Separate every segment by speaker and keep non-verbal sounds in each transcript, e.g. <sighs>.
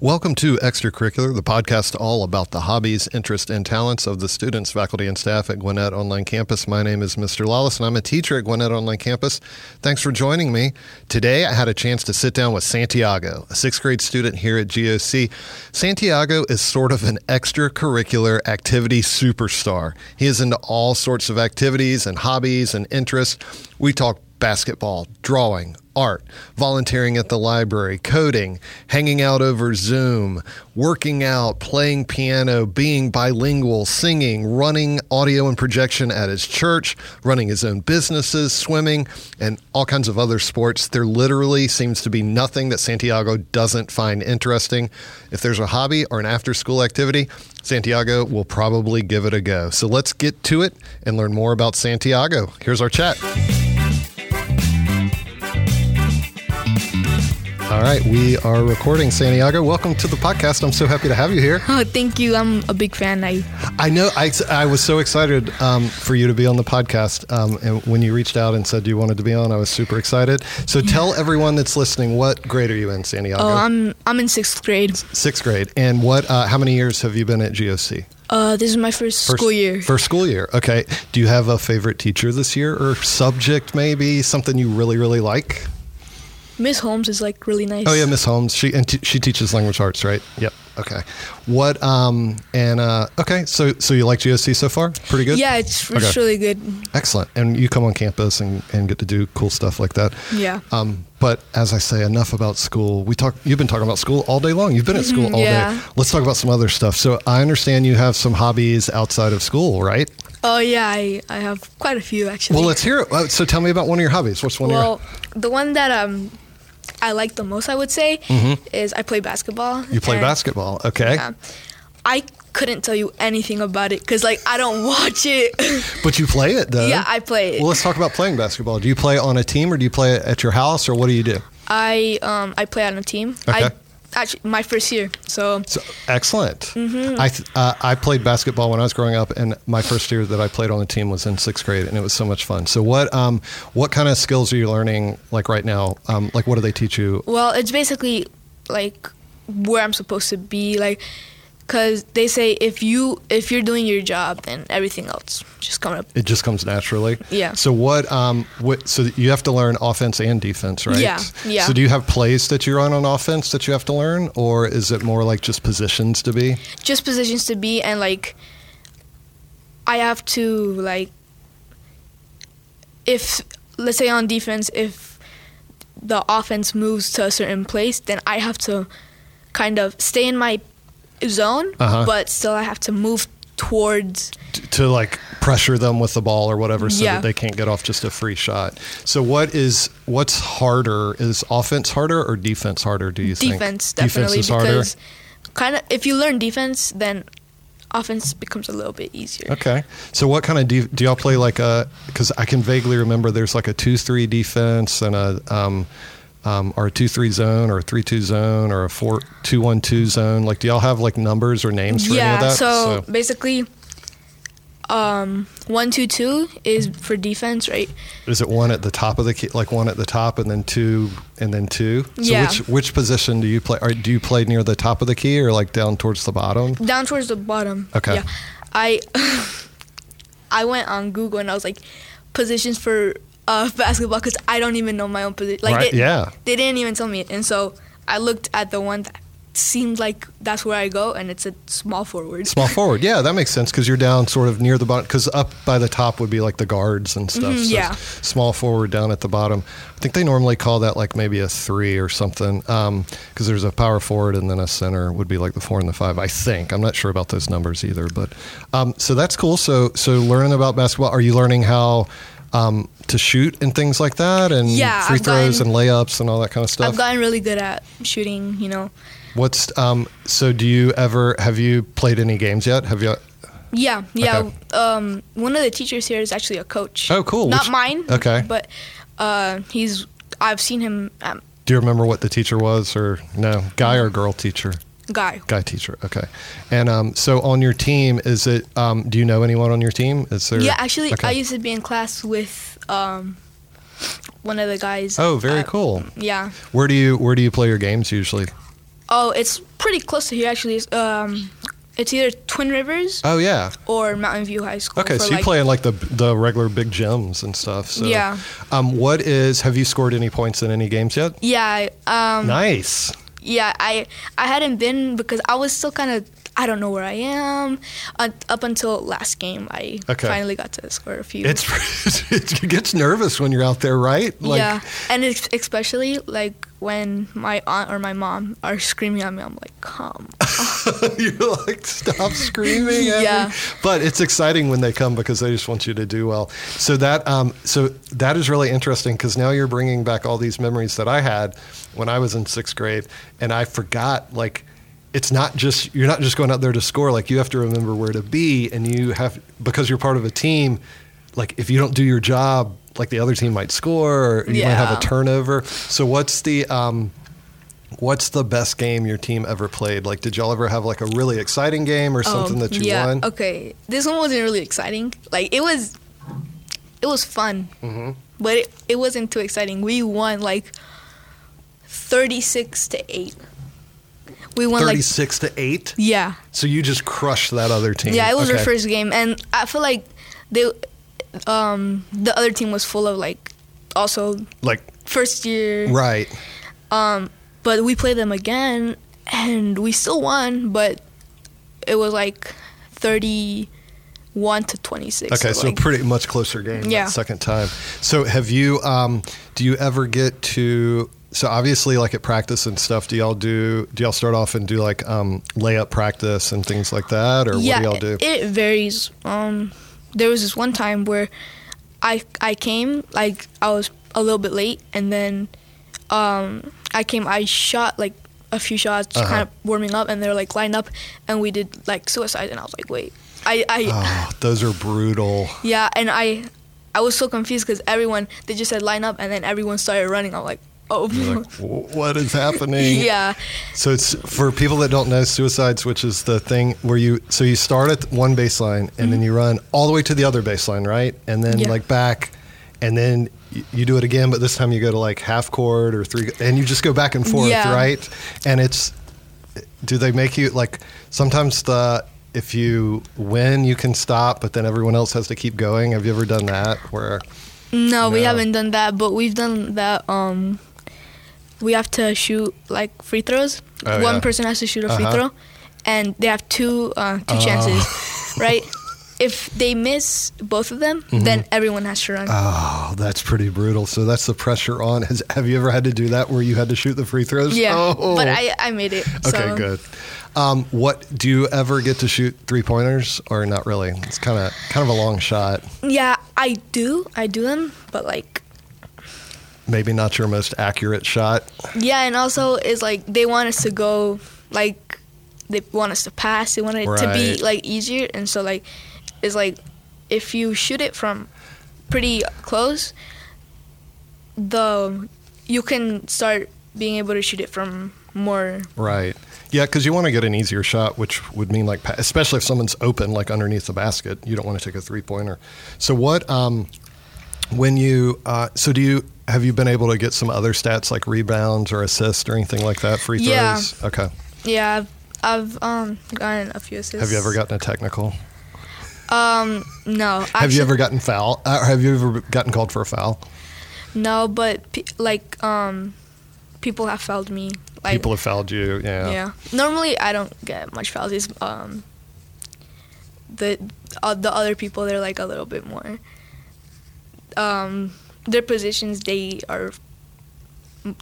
Speaker 1: Welcome to Extracurricular, the podcast all about the hobbies, interests, and talents of the students, faculty, and staff at Gwinnett Online Campus. My name is Mr. Lawless, and I'm a teacher at Gwinnett Online Campus. Thanks for joining me. Today, I had a chance to sit down with Santiago, a sixth grade student here at GOC. Santiago is sort of an extracurricular activity superstar. He is into all sorts of activities and hobbies and interests. We talk basketball, drawing, art, volunteering at the library, coding, hanging out over Zoom, working out, playing piano, being bilingual, singing, running audio and projection at his church, running his own businesses, swimming, and all kinds of other sports. There literally seems to be nothing that Santiago doesn't find interesting. If there's a hobby or an after school activity, Santiago will probably give it a go. So let's get to it and learn more about Santiago. Here's our chat. All right, we are recording Santiago. Welcome to the podcast. I'm so happy to have you here.
Speaker 2: <laughs> Oh, thank you. I'm a big fan. I
Speaker 1: I know I, I was so excited um, for you to be on the podcast. Um, and when you reached out and said you wanted to be on, I was super excited. So tell everyone that's listening, what grade are you in, Santiago?
Speaker 2: oh, I'm I'm in sixth grade.
Speaker 1: Sixth grade. And what? Uh, how many years have you been at GOC?
Speaker 2: Uh, this is my first,
Speaker 1: First-
Speaker 2: school year.
Speaker 1: First school year. Okay. Do you have a favorite teacher this year or subject maybe? Something you really, really like?
Speaker 2: Miss Holmes is like really nice.
Speaker 1: Oh yeah, Miss Holmes. She and t- she teaches language arts, right? Yep. Okay. What? Um. And uh. Okay. So so you like GSC so far? Pretty good.
Speaker 2: Yeah, it's, it's
Speaker 1: Okay.
Speaker 2: really good.
Speaker 1: Excellent. And you come on campus and and get to do cool stuff like that.
Speaker 2: Yeah.
Speaker 1: Um. But as I say, enough about school. We talk. You've been talking about school all day long. You've been at school all
Speaker 2: Mm-hmm, yeah.
Speaker 1: day. Let's talk about some other stuff. So I understand you have some hobbies outside of school, right?
Speaker 2: Oh yeah, I, I have quite a few actually.
Speaker 1: Well, let's hear it. Uh, So tell me about one of your hobbies. What's one of
Speaker 2: Well, the one that um I like the most, I would say, is I play basketball.
Speaker 1: your? Mm-hmm. You play
Speaker 2: and,
Speaker 1: basketball. Okay.
Speaker 2: yeah. I couldn't tell you anything about it because like I don't <laughs> watch it.
Speaker 1: But you play it though.
Speaker 2: yeah, I play it.
Speaker 1: Well, let's talk about playing basketball. Do you play on a team or do you play at your house or what do you do?
Speaker 2: I um I play on a team.
Speaker 1: Okay.
Speaker 2: I actually my first year, so
Speaker 1: So, excellent.
Speaker 2: Mm-hmm.
Speaker 1: I th- uh, I played basketball when I was growing up, and my first year that I played on a team was in sixth grade, and it was so much fun. So what um what kind of skills are you learning like right now? Um, like what do they teach you?
Speaker 2: Well, it's basically like where I'm supposed to be, like, cause they say if you if you're doing your job, then everything else just come up.
Speaker 1: It just comes naturally.
Speaker 2: Yeah.
Speaker 1: So what um what so you have to learn offense and defense, right?
Speaker 2: Yeah, yeah.
Speaker 1: So do you have plays that you run on offense that you have to learn, or is it more like just positions to be?
Speaker 2: Just positions to be and like, I have to like, if let's say on defense, if the offense moves to a certain place, then I have to kind of stay in my zone,
Speaker 1: Uh-huh.
Speaker 2: but still I have to move towards
Speaker 1: to like pressure them with the ball or whatever so
Speaker 2: Yeah.
Speaker 1: that they can't get off just a free shot. So what is what's harder? Is offense harder or defense harder, do you think?
Speaker 2: defense definitely
Speaker 1: Defense is harder.
Speaker 2: because kind of if you learn defense then offense becomes a little bit easier
Speaker 1: Okay. So what kind of de- do y'all play like a cuz I can vaguely remember there's like a 2-3 defense and a um um, or a two-three zone, or a three-two zone, or a four-two-one-two zone. Like, do y'all have like numbers or names for any of
Speaker 2: yeah
Speaker 1: that?
Speaker 2: so, basically um one two two is for defense right
Speaker 1: Is it one at the top of the key, like one at the top, and then two, and then two? So
Speaker 2: Yeah.
Speaker 1: Which which position do you play? Or do you play near the top of the key or like down towards the bottom?
Speaker 2: down towards the bottom
Speaker 1: Okay.
Speaker 2: yeah i <laughs> i went on google and i was like positions for uh basketball because i don't even know my own position like
Speaker 1: Right,
Speaker 2: they,
Speaker 1: yeah.
Speaker 2: they didn't even tell me it and so i looked at the one that seemed like that's where i go and it's a small forward
Speaker 1: Small forward. Yeah, that makes sense because you're down sort of near the bottom. Because up by the top would be like the guards and stuff.
Speaker 2: Mhm, yeah.
Speaker 1: Small forward down at the bottom. I think they normally call that like maybe a three or something. Because there's a power forward and then a center would be like the four and the five. I think I'm not sure about those numbers either. But um, so that's cool. So so learning about basketball. Are you learning how? Um, to shoot and things like that, and
Speaker 2: Yeah,
Speaker 1: free
Speaker 2: I've
Speaker 1: throws
Speaker 2: gotten-
Speaker 1: and layups and all that kind of stuff.
Speaker 2: I've gotten really good at shooting, you know.
Speaker 1: What's um, so? Do you ever have you played any games yet? Have you
Speaker 2: Yeah, yeah.
Speaker 1: Okay.
Speaker 2: Um, one of the teachers here is actually a coach.
Speaker 1: Oh, cool.
Speaker 2: Not
Speaker 1: Which-
Speaker 2: mine.
Speaker 1: okay.
Speaker 2: But uh, he's. I've seen him. Um,
Speaker 1: Do you remember what the teacher was, or no, guy or girl teacher?
Speaker 2: guy.
Speaker 1: Guy teacher. Okay. And um, so on your team, is it? Um, do you know anyone on your team? Is there?
Speaker 2: Yeah, actually,
Speaker 1: okay.
Speaker 2: I used to be in class with um, one of the guys.
Speaker 1: Oh, very
Speaker 2: at-
Speaker 1: cool.
Speaker 2: Yeah.
Speaker 1: Where do you Where do you play your games usually?
Speaker 2: Oh, it's pretty close to here actually. It's, um, it's either Twin Rivers
Speaker 1: Oh yeah.
Speaker 2: or Mountain View High School.
Speaker 1: Okay,
Speaker 2: for,
Speaker 1: so you
Speaker 2: like-
Speaker 1: play in like the the regular big gems and stuff. So
Speaker 2: Yeah.
Speaker 1: Um, what is? Have you scored any points in any games yet?
Speaker 2: Yeah, I- um,
Speaker 1: Nice.
Speaker 2: yeah. I I hadn't been because I was still kind of I don't know where I am. Uh, up until last game, I
Speaker 1: Okay.
Speaker 2: finally got to score a few.
Speaker 1: It's <laughs> it gets nervous when you're out there, right?
Speaker 2: yeah, and it's especially like when my aunt or my mom are screaming at me, I'm like, come.
Speaker 1: you're like
Speaker 2: <laughs>
Speaker 1: stop screaming. at me."
Speaker 2: Yeah.
Speaker 1: But it's exciting when they come because they just want you to do well. So that um so that is really interesting because now you're bringing back all these memories that I had when I was in sixth grade, and I forgot like. It's not just you're not just going out there to score. Like you have to remember where to be, and you have because you're part of a team. Like if you don't do your job, like the other team might score, or you might have
Speaker 2: Yeah.
Speaker 1: a turnover. So what's the um, What's the best game your team ever played? Like, did y'all ever have like a really exciting game or <laughs> something
Speaker 2: Um,
Speaker 1: that you
Speaker 2: yeah,
Speaker 1: won?
Speaker 2: Okay, this one wasn't really exciting. Like it was, it was fun,
Speaker 1: Mm-hmm.
Speaker 2: but it, it wasn't too exciting. We won like thirty six to eight. We won like
Speaker 1: Thirty-six to eight.
Speaker 2: yeah,
Speaker 1: So you just crushed that other team.
Speaker 2: yeah. It was
Speaker 1: Okay.
Speaker 2: our first game, and I feel like they, um, the other team was full of like also
Speaker 1: Like
Speaker 2: first year,
Speaker 1: right.
Speaker 2: but we played them again, and we still won, but it was like thirty one to twenty six.
Speaker 1: Okay, so
Speaker 2: like,
Speaker 1: pretty much closer game. that
Speaker 2: Yeah.
Speaker 1: second time. So have you? Um, do you ever get to? So obviously, like at practice and stuff, do y'all do? Do y'all start off and do like um, layup practice and things like that, or what do y'all do?
Speaker 2: it- It varies. Um, there was this one time where I I came like I was a little bit late, and then um, I came. I shot like a few shots,
Speaker 1: Uh-huh.
Speaker 2: kind of warming up, and they're like lined up, and we did like suicide, and I was like, wait, I I
Speaker 1: oh, those are
Speaker 2: <laughs>
Speaker 1: brutal.
Speaker 2: yeah, and I I was so confused because everyone they just said line up, and then everyone started running. I'm like, oh.
Speaker 1: You're
Speaker 2: <laughs>
Speaker 1: like, "Wh- what is happening?
Speaker 2: Yeah,
Speaker 1: So it's for people that don't know suicides, which is the thing where you so you start at one baseline and then you run all the way to the other baseline, right? And then
Speaker 2: Mm-hmm. Yeah.
Speaker 1: like back, and then y- you do it again, but this time you go to like half court or three, and you just go back and forth,
Speaker 2: Yeah.
Speaker 1: right? And it's do they make you like sometimes the if you win you can stop, but then everyone else has to keep going. Have you ever done that where?
Speaker 2: No, we
Speaker 1: No.
Speaker 2: haven't done that, but we've done that. Um, we have to shoot like free throws.
Speaker 1: Oh,
Speaker 2: One
Speaker 1: yeah.
Speaker 2: person has to shoot a free
Speaker 1: Uh-huh. Oh.
Speaker 2: throw, and they have two uh, two
Speaker 1: <laughs>
Speaker 2: chances, right? If they miss both of them, then everyone has to run.
Speaker 1: Mm-hmm. Oh, that's pretty brutal. So that's the pressure on. <laughs> Has, have you ever had to do that where you had to shoot the free throws?
Speaker 2: yeah,
Speaker 1: Oh.
Speaker 2: but I I made it.
Speaker 1: Okay,
Speaker 2: so.
Speaker 1: good. Um, what do you ever get to shoot three pointers or not really? It's kind of kind of a long shot.
Speaker 2: Yeah, I do, I do them, but like
Speaker 1: Maybe not your most accurate shot.
Speaker 2: yeah, and also it's like they want us to go like they want us to pass. They want it to
Speaker 1: Right.
Speaker 2: be like easier, and so like it's like if you shoot it from pretty close, the you can start being able to shoot it from more.
Speaker 1: Right. Yeah, because you want to get an easier shot, which would mean like, pa- especially if someone's open, like underneath the basket, you don't want to take a three pointer. So what? Um, when you uh, so do you have you been able to get some other stats like rebounds or assists or anything like that? Free
Speaker 2: Yeah.
Speaker 1: throws. Okay.
Speaker 2: Yeah, I've, I've um gotten a few assists.
Speaker 1: Have you ever gotten a technical?
Speaker 2: Um, no.
Speaker 1: Have you
Speaker 2: actually-
Speaker 1: ever gotten foul? Uh, have you ever gotten called for a foul?
Speaker 2: No, but pe- like um, people have fouled me. Like,
Speaker 1: People have fouled you.
Speaker 2: Yeah. Normally, I don't get much fouls. It's um, the uh, the other people they're like a little bit more. Um, their positions they are.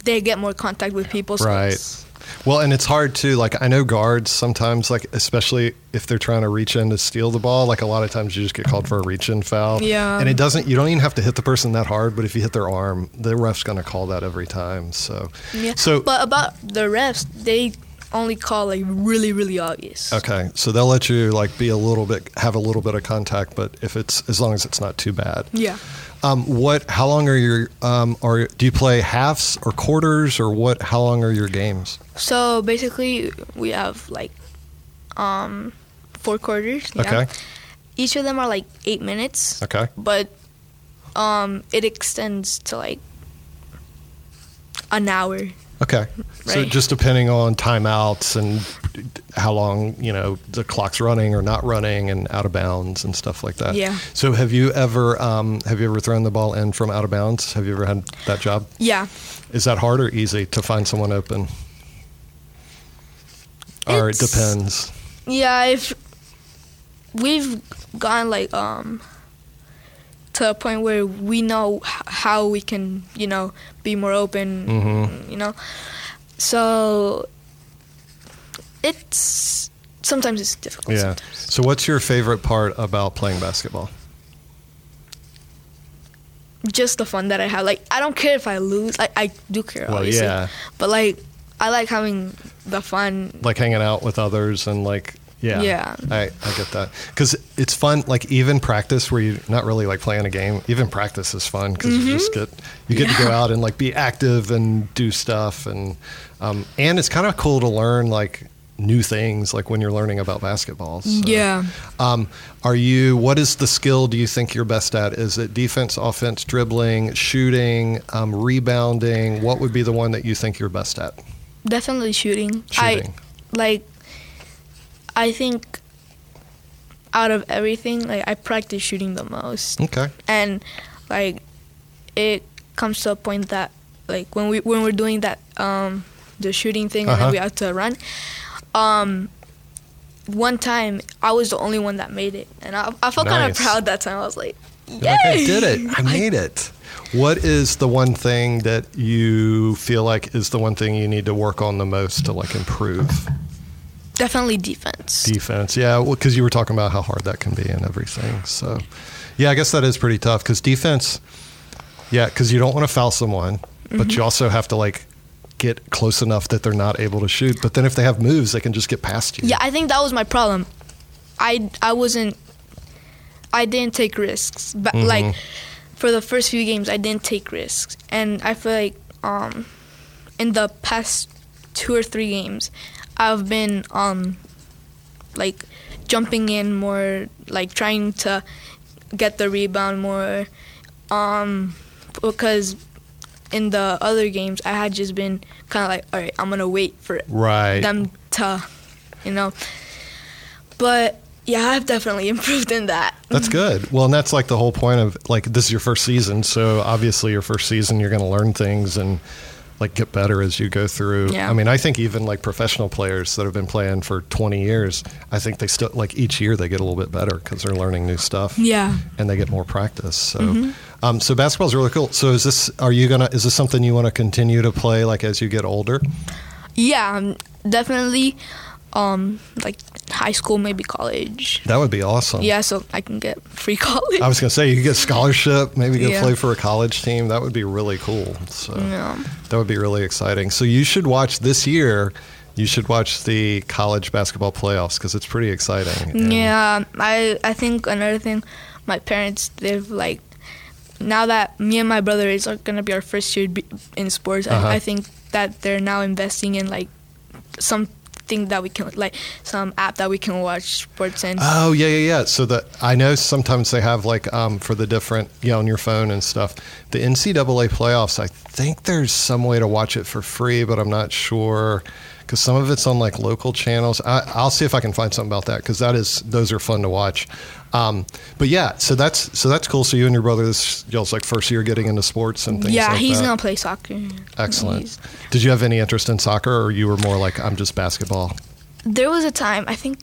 Speaker 2: They get more contact with people. So
Speaker 1: Right.
Speaker 2: it's-
Speaker 1: Well, and it's hard too. Like I know guards sometimes, like especially if they're trying to reach in to steal the ball, like a lot of times you just get called for a reach in foul.
Speaker 2: Yeah.
Speaker 1: And it doesn't. You don't even have to hit the person that hard, but if you hit their arm, the ref's going to call that every time. So.
Speaker 2: Yeah.
Speaker 1: So.
Speaker 2: but about the refs, they only call like really, really obvious.
Speaker 1: Okay, so they'll let you like be a little bit, have a little bit of contact, but if it's as long as it's not too bad.
Speaker 2: Yeah.
Speaker 1: Um, what? How long are your? Um, are do you play halves or quarters or what? How long are your games?
Speaker 2: So basically, we have like um, four quarters. Yeah.
Speaker 1: Okay.
Speaker 2: Each of them are like eight minutes.
Speaker 1: Okay.
Speaker 2: but um, it extends to like an hour.
Speaker 1: Okay. So
Speaker 2: Right.
Speaker 1: just depending on timeouts and how long, you know, the clock's running or not running and out of bounds and stuff like that.
Speaker 2: Yeah.
Speaker 1: So have you ever um, have you ever thrown the ball in from out of bounds? Have you ever had that job?
Speaker 2: Yeah,
Speaker 1: Is that hard or easy to find someone open? Or it
Speaker 2: It's-
Speaker 1: depends.
Speaker 2: yeah. If we've gone like um to a point where we know h- how we can, you know, be more open.
Speaker 1: Mm-hmm.
Speaker 2: You know, so it's sometimes it's difficult.
Speaker 1: Yeah.
Speaker 2: sometimes.
Speaker 1: So what's your favorite part about playing basketball?
Speaker 2: just the fun that I have. Like I don't care if I lose. Like I do care.
Speaker 1: Well,
Speaker 2: obviously.
Speaker 1: yeah.
Speaker 2: But like I like having the fun.
Speaker 1: like hanging out with others and like yeah
Speaker 2: Yeah.
Speaker 1: I, I get that because it's fun like even practice where you're not really like playing a game even practice is fun because you just
Speaker 2: Mm-hmm.
Speaker 1: get you get to go out and like be active and do stuff and um, and it's kind of cool to learn like new things like when you're learning about basketball so.
Speaker 2: Yeah.
Speaker 1: um, are you what is the skill do you think you're best at is it defense offense dribbling shooting um, rebounding what would be the one that you think you're best at
Speaker 2: Definitely shooting.
Speaker 1: Shooting.
Speaker 2: I like I think out of everything, like I practice shooting the most.
Speaker 1: okay
Speaker 2: And like it comes to a point that like when we when we're doing that um the shooting thing and
Speaker 1: Uh-huh.
Speaker 2: then we have to run. Um one time I was the only one that made it and I, I felt kind
Speaker 1: Nice.
Speaker 2: of proud that time. I was like,
Speaker 1: You're like, I
Speaker 2: "Yay!"
Speaker 1: did it. I made it. What is the one thing that you feel like is the one thing you need to work on the most to like improve
Speaker 2: Definitely defense.
Speaker 1: defense? Yeah, well, because you were talking about how hard that can be and everything. So, yeah, I guess that is pretty tough because defense. Yeah, because you don't want to foul someone, but
Speaker 2: Mm-hmm.
Speaker 1: you also have to like get close enough that they're not able to shoot. But then if they have moves, they can just get past you.
Speaker 2: yeah, I think that was my problem. I I wasn't I didn't take risks. But like for the first few games I didn't take risks. And I feel like um in the past two or three games I've been um like jumping in more, like trying to get the rebound more um because in the other games I had just been kind of like all right, I'm going to wait for
Speaker 1: Right.
Speaker 2: them to, you know. But yeah, I've definitely <laughs> improved in that.
Speaker 1: That's good. Well, and that's like the whole point of like this is your first season, so obviously your first season you're going to learn things and like get better as you go through.
Speaker 2: Yeah.
Speaker 1: I mean, I think even like professional players that have been playing for 20 years, I think they still like each year they get a little bit better cuz they're learning new stuff
Speaker 2: Yeah. Mm-hmm.
Speaker 1: and they get more practice. So um so basketball's really cool. So is this are you going to is this something you want to continue to play like as you get older?
Speaker 2: Yeah, um, definitely. Um, like high school, maybe college.
Speaker 1: That would be awesome.
Speaker 2: Yeah, so I can get free <laughs> college.
Speaker 1: I was going to say you could get scholarship, maybe go
Speaker 2: Yeah.
Speaker 1: play for a college team. That would be really cool. So
Speaker 2: yeah.
Speaker 1: That would be really exciting. So you should watch this year. You should watch the college basketball playoffs because it's pretty exciting. And
Speaker 2: Yeah, um, I I think another thing, my parents they've like, now that me and my brother is gonna be our first year be- in sports,
Speaker 1: Uh-huh.
Speaker 2: I, I think that they're now investing in like something that we can like some app that we can watch sports and
Speaker 1: Oh yeah, yeah, yeah. So the I know sometimes they have like um, for the different yeah on your phone and stuff. The NCAA playoffs. I think there's some way to watch it for free, but I'm not sure because some of it's on like local channels. I, I'll see if I can find something about that because that is those are fun to watch. Um, but yeah, so that's so that's cool. So you and your brother, this y'all's like first year getting into sports and things.
Speaker 2: yeah,
Speaker 1: like
Speaker 2: he's
Speaker 1: that.
Speaker 2: gonna play soccer.
Speaker 1: Excellent.
Speaker 2: He's-
Speaker 1: Did you have any interest in soccer, or you were more like I'm just basketball?
Speaker 2: there was a time I think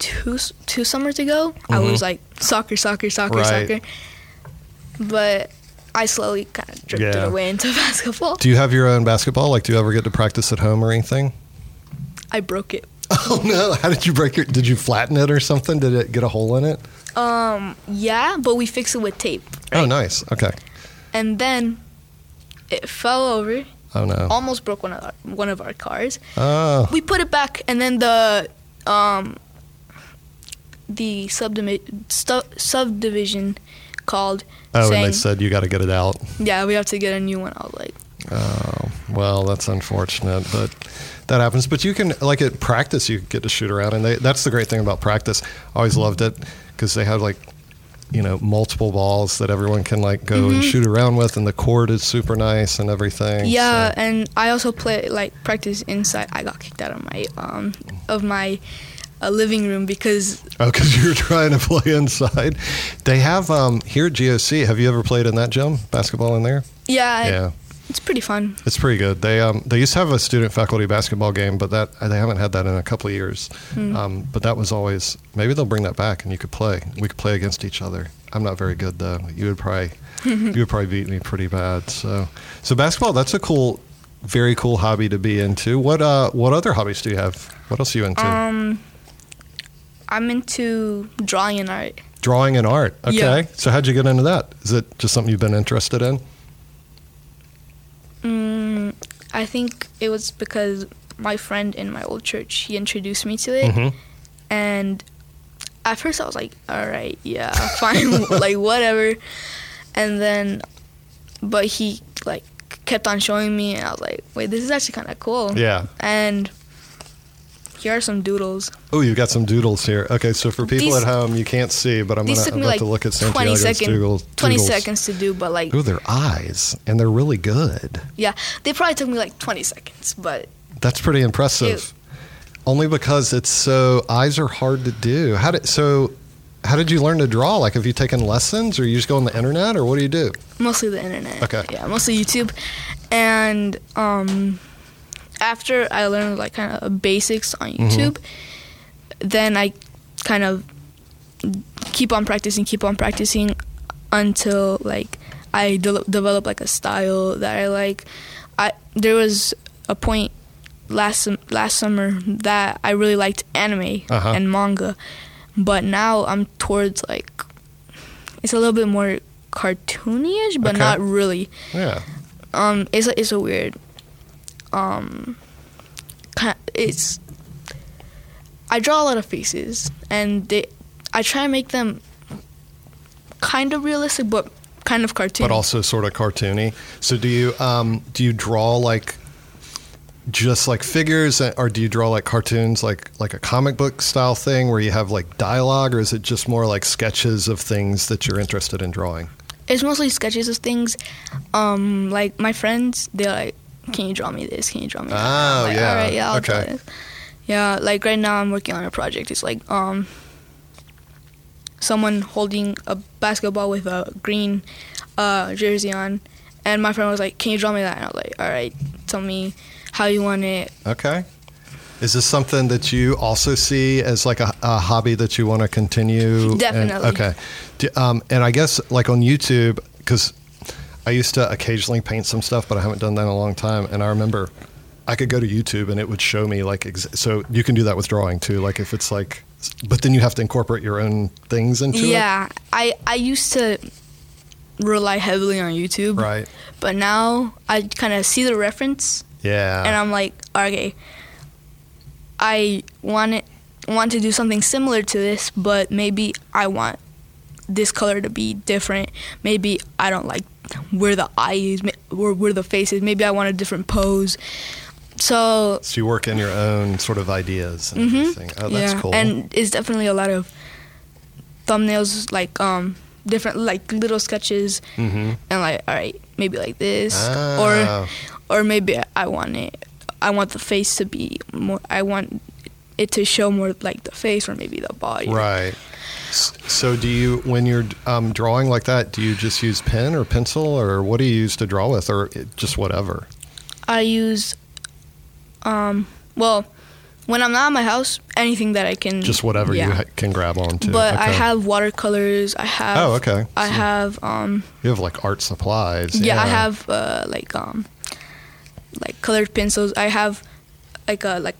Speaker 2: two s- two summers ago I was like soccer, soccer, soccer,
Speaker 1: Mm-hmm. Right.
Speaker 2: soccer, but I slowly kind of drifted
Speaker 1: Yeah.
Speaker 2: away into <laughs> basketball.
Speaker 1: Do you have your own basketball? Like, do you ever get to practice at home or anything? <laughs>
Speaker 2: I broke it.
Speaker 1: Oh no! How did you break your? Did you flatten it or something? Did it get a hole in it?
Speaker 2: Yeah, but we fixed it with tape,
Speaker 1: Oh, nice. Okay.
Speaker 2: and then it fell over,
Speaker 1: Oh no.
Speaker 2: almost broke one of our, one of our cars.
Speaker 1: Oh,
Speaker 2: We put it back, and then the um the subdivi- stu- subdivision called
Speaker 1: oh, and
Speaker 2: saying,
Speaker 1: they said you got to get it out.
Speaker 2: "Yeah, we have to get a new one." I was like,
Speaker 1: Oh, well, that's unfortunate, but that happens. But you can, like at practice, you get to shoot around, and they, that's the great thing about practice. I always loved it because they had like you know multiple balls that everyone can like go and shoot around with, and the court is super nice and everything.
Speaker 2: Yeah,
Speaker 1: so-
Speaker 2: and I also play like practice inside. I got kicked out of my um of my uh, living room because
Speaker 1: Oh, because you're <laughs> trying to play inside. They have um, here at GOC. Have you ever played in that gym? Basketball in there?
Speaker 2: yeah,
Speaker 1: yeah,
Speaker 2: it's pretty fun.
Speaker 1: it's pretty good. They um, they used to have a student faculty basketball game, but that they haven't had that in a couple of years.
Speaker 2: Hmm.
Speaker 1: Um, but that was always maybe they'll bring that back and you could play. We could play against each other. I'm not very good though. You would
Speaker 2: <laughs>
Speaker 1: probably you would probably beat me pretty bad. So so basketball. That's a cool, very cool hobby to be into. What uh what other hobbies do you have? What else are you into?
Speaker 2: Um, I'm into drawing and art.
Speaker 1: Drawing and art. Okay.
Speaker 2: Yeah.
Speaker 1: So how'd you get into that? Is it just something you've been interested in?
Speaker 2: Mm, I think it was because my friend in my old church he introduced me to it,
Speaker 1: Mhm.
Speaker 2: and at first I was like, all right, yeah, <laughs> fine, like whatever, and then, but he like kept on showing me, and I was like, wait, this is actually kind of cool.
Speaker 1: Yeah.
Speaker 2: And here are some doodles.
Speaker 1: Oh, you've got some doodles here. Okay, so for people
Speaker 2: These-
Speaker 1: at home, you can't see, but I'm
Speaker 2: These
Speaker 1: gonna
Speaker 2: took
Speaker 1: I'm
Speaker 2: me
Speaker 1: about
Speaker 2: like
Speaker 1: to look at
Speaker 2: 20
Speaker 1: Santiago's
Speaker 2: second-
Speaker 1: doodles.
Speaker 2: Twenty
Speaker 1: doodles.
Speaker 2: seconds to do, but like,
Speaker 1: Ooh, their eyes, and they're really good.
Speaker 2: yeah, they probably took me like twenty seconds, but
Speaker 1: That's pretty impressive. Only because it's so eyes are hard to do. How did so? How did you learn to draw? Like, have you taken lessons, or you just go on the internet, or what do you do?
Speaker 2: mostly the internet.
Speaker 1: Okay.
Speaker 2: Yeah, mostly YouTube, and um, after I learned like kind of basics on
Speaker 1: Mm-hmm.
Speaker 2: YouTube, then I kind of keep on practicing, keep on practicing until like I de- develop like a style that I like. I there was a point last sum- last summer that I really liked anime
Speaker 1: Uh-huh.
Speaker 2: and manga, but now I'm towards like it's a little bit more cartoonish, but
Speaker 1: Okay.
Speaker 2: not really.
Speaker 1: Yeah,
Speaker 2: Um, it's a, it's a weird, um, kind it's. I draw a lot of faces, and they, I try and make them kind of realistic, but kind of cartoon.
Speaker 1: but also sort of cartoony. So, do you um, do you draw like just like figures, uh, or do you draw like cartoons, like like a comic book style thing where you have like dialogue, or is it just more like sketches of things that you're interested in drawing?
Speaker 2: it's mostly sketches of things. Um, like my friends, they're like, "Can you draw me this? Can you draw me?" That?
Speaker 1: Oh,
Speaker 2: I'm like,
Speaker 1: yeah.
Speaker 2: All right, yeah, I'll draw
Speaker 1: Okay.
Speaker 2: this. Yeah, like right now I'm working on a project. It's like um, someone holding a basketball with a green uh, jersey on, and my friend was like, "Can you draw me that?" And I was like, "All right, tell me how you want it."
Speaker 1: Okay. Is this something that you also see as like a, a hobby that you want to continue? and-
Speaker 2: Definitely.
Speaker 1: okay. Do, um, and I guess like on YouTube, because I used to occasionally paint some stuff, but I haven't done that in a long time. And I remember I could go to YouTube and it would show me like, ex- so you can do that with drawing too. Like if it's like, but then you have to incorporate your own things into it.
Speaker 2: yeah, I I used to rely heavily on YouTube,
Speaker 1: Right.
Speaker 2: but now I kind of see the reference
Speaker 1: Yeah.
Speaker 2: and I'm like, okay, I want it, want to do something similar to this, but maybe I want this color to be different. Maybe I don't like where the eye is, ma- or where the face is. Maybe I want a different pose. So
Speaker 1: so you work in your own sort of ideas and everything. Oh, that's
Speaker 2: Mm-hmm. yeah,
Speaker 1: cool.
Speaker 2: and it's definitely a lot of thumbnails, like um, different like little sketches,
Speaker 1: hmm
Speaker 2: and like all right, maybe like this, or
Speaker 1: Ah.
Speaker 2: or maybe I want it. I want the face to be more. I want it to show more like the face, or maybe the body.
Speaker 1: Right. S- So, do you, when you're um, drawing like that, do you just use pen or pencil or what do you use to draw with or it- just whatever?
Speaker 2: I use, um, well, when I'm not at my house, anything that I can.
Speaker 1: Just whatever you
Speaker 2: yeah.
Speaker 1: ha- can grab onto.
Speaker 2: But I
Speaker 1: Okay.
Speaker 2: have watercolors. I have.
Speaker 1: Oh, okay.
Speaker 2: I
Speaker 1: So
Speaker 2: have um.
Speaker 1: You have like art supplies.
Speaker 2: Yeah, I have uh like um, like colored pencils. I have like a like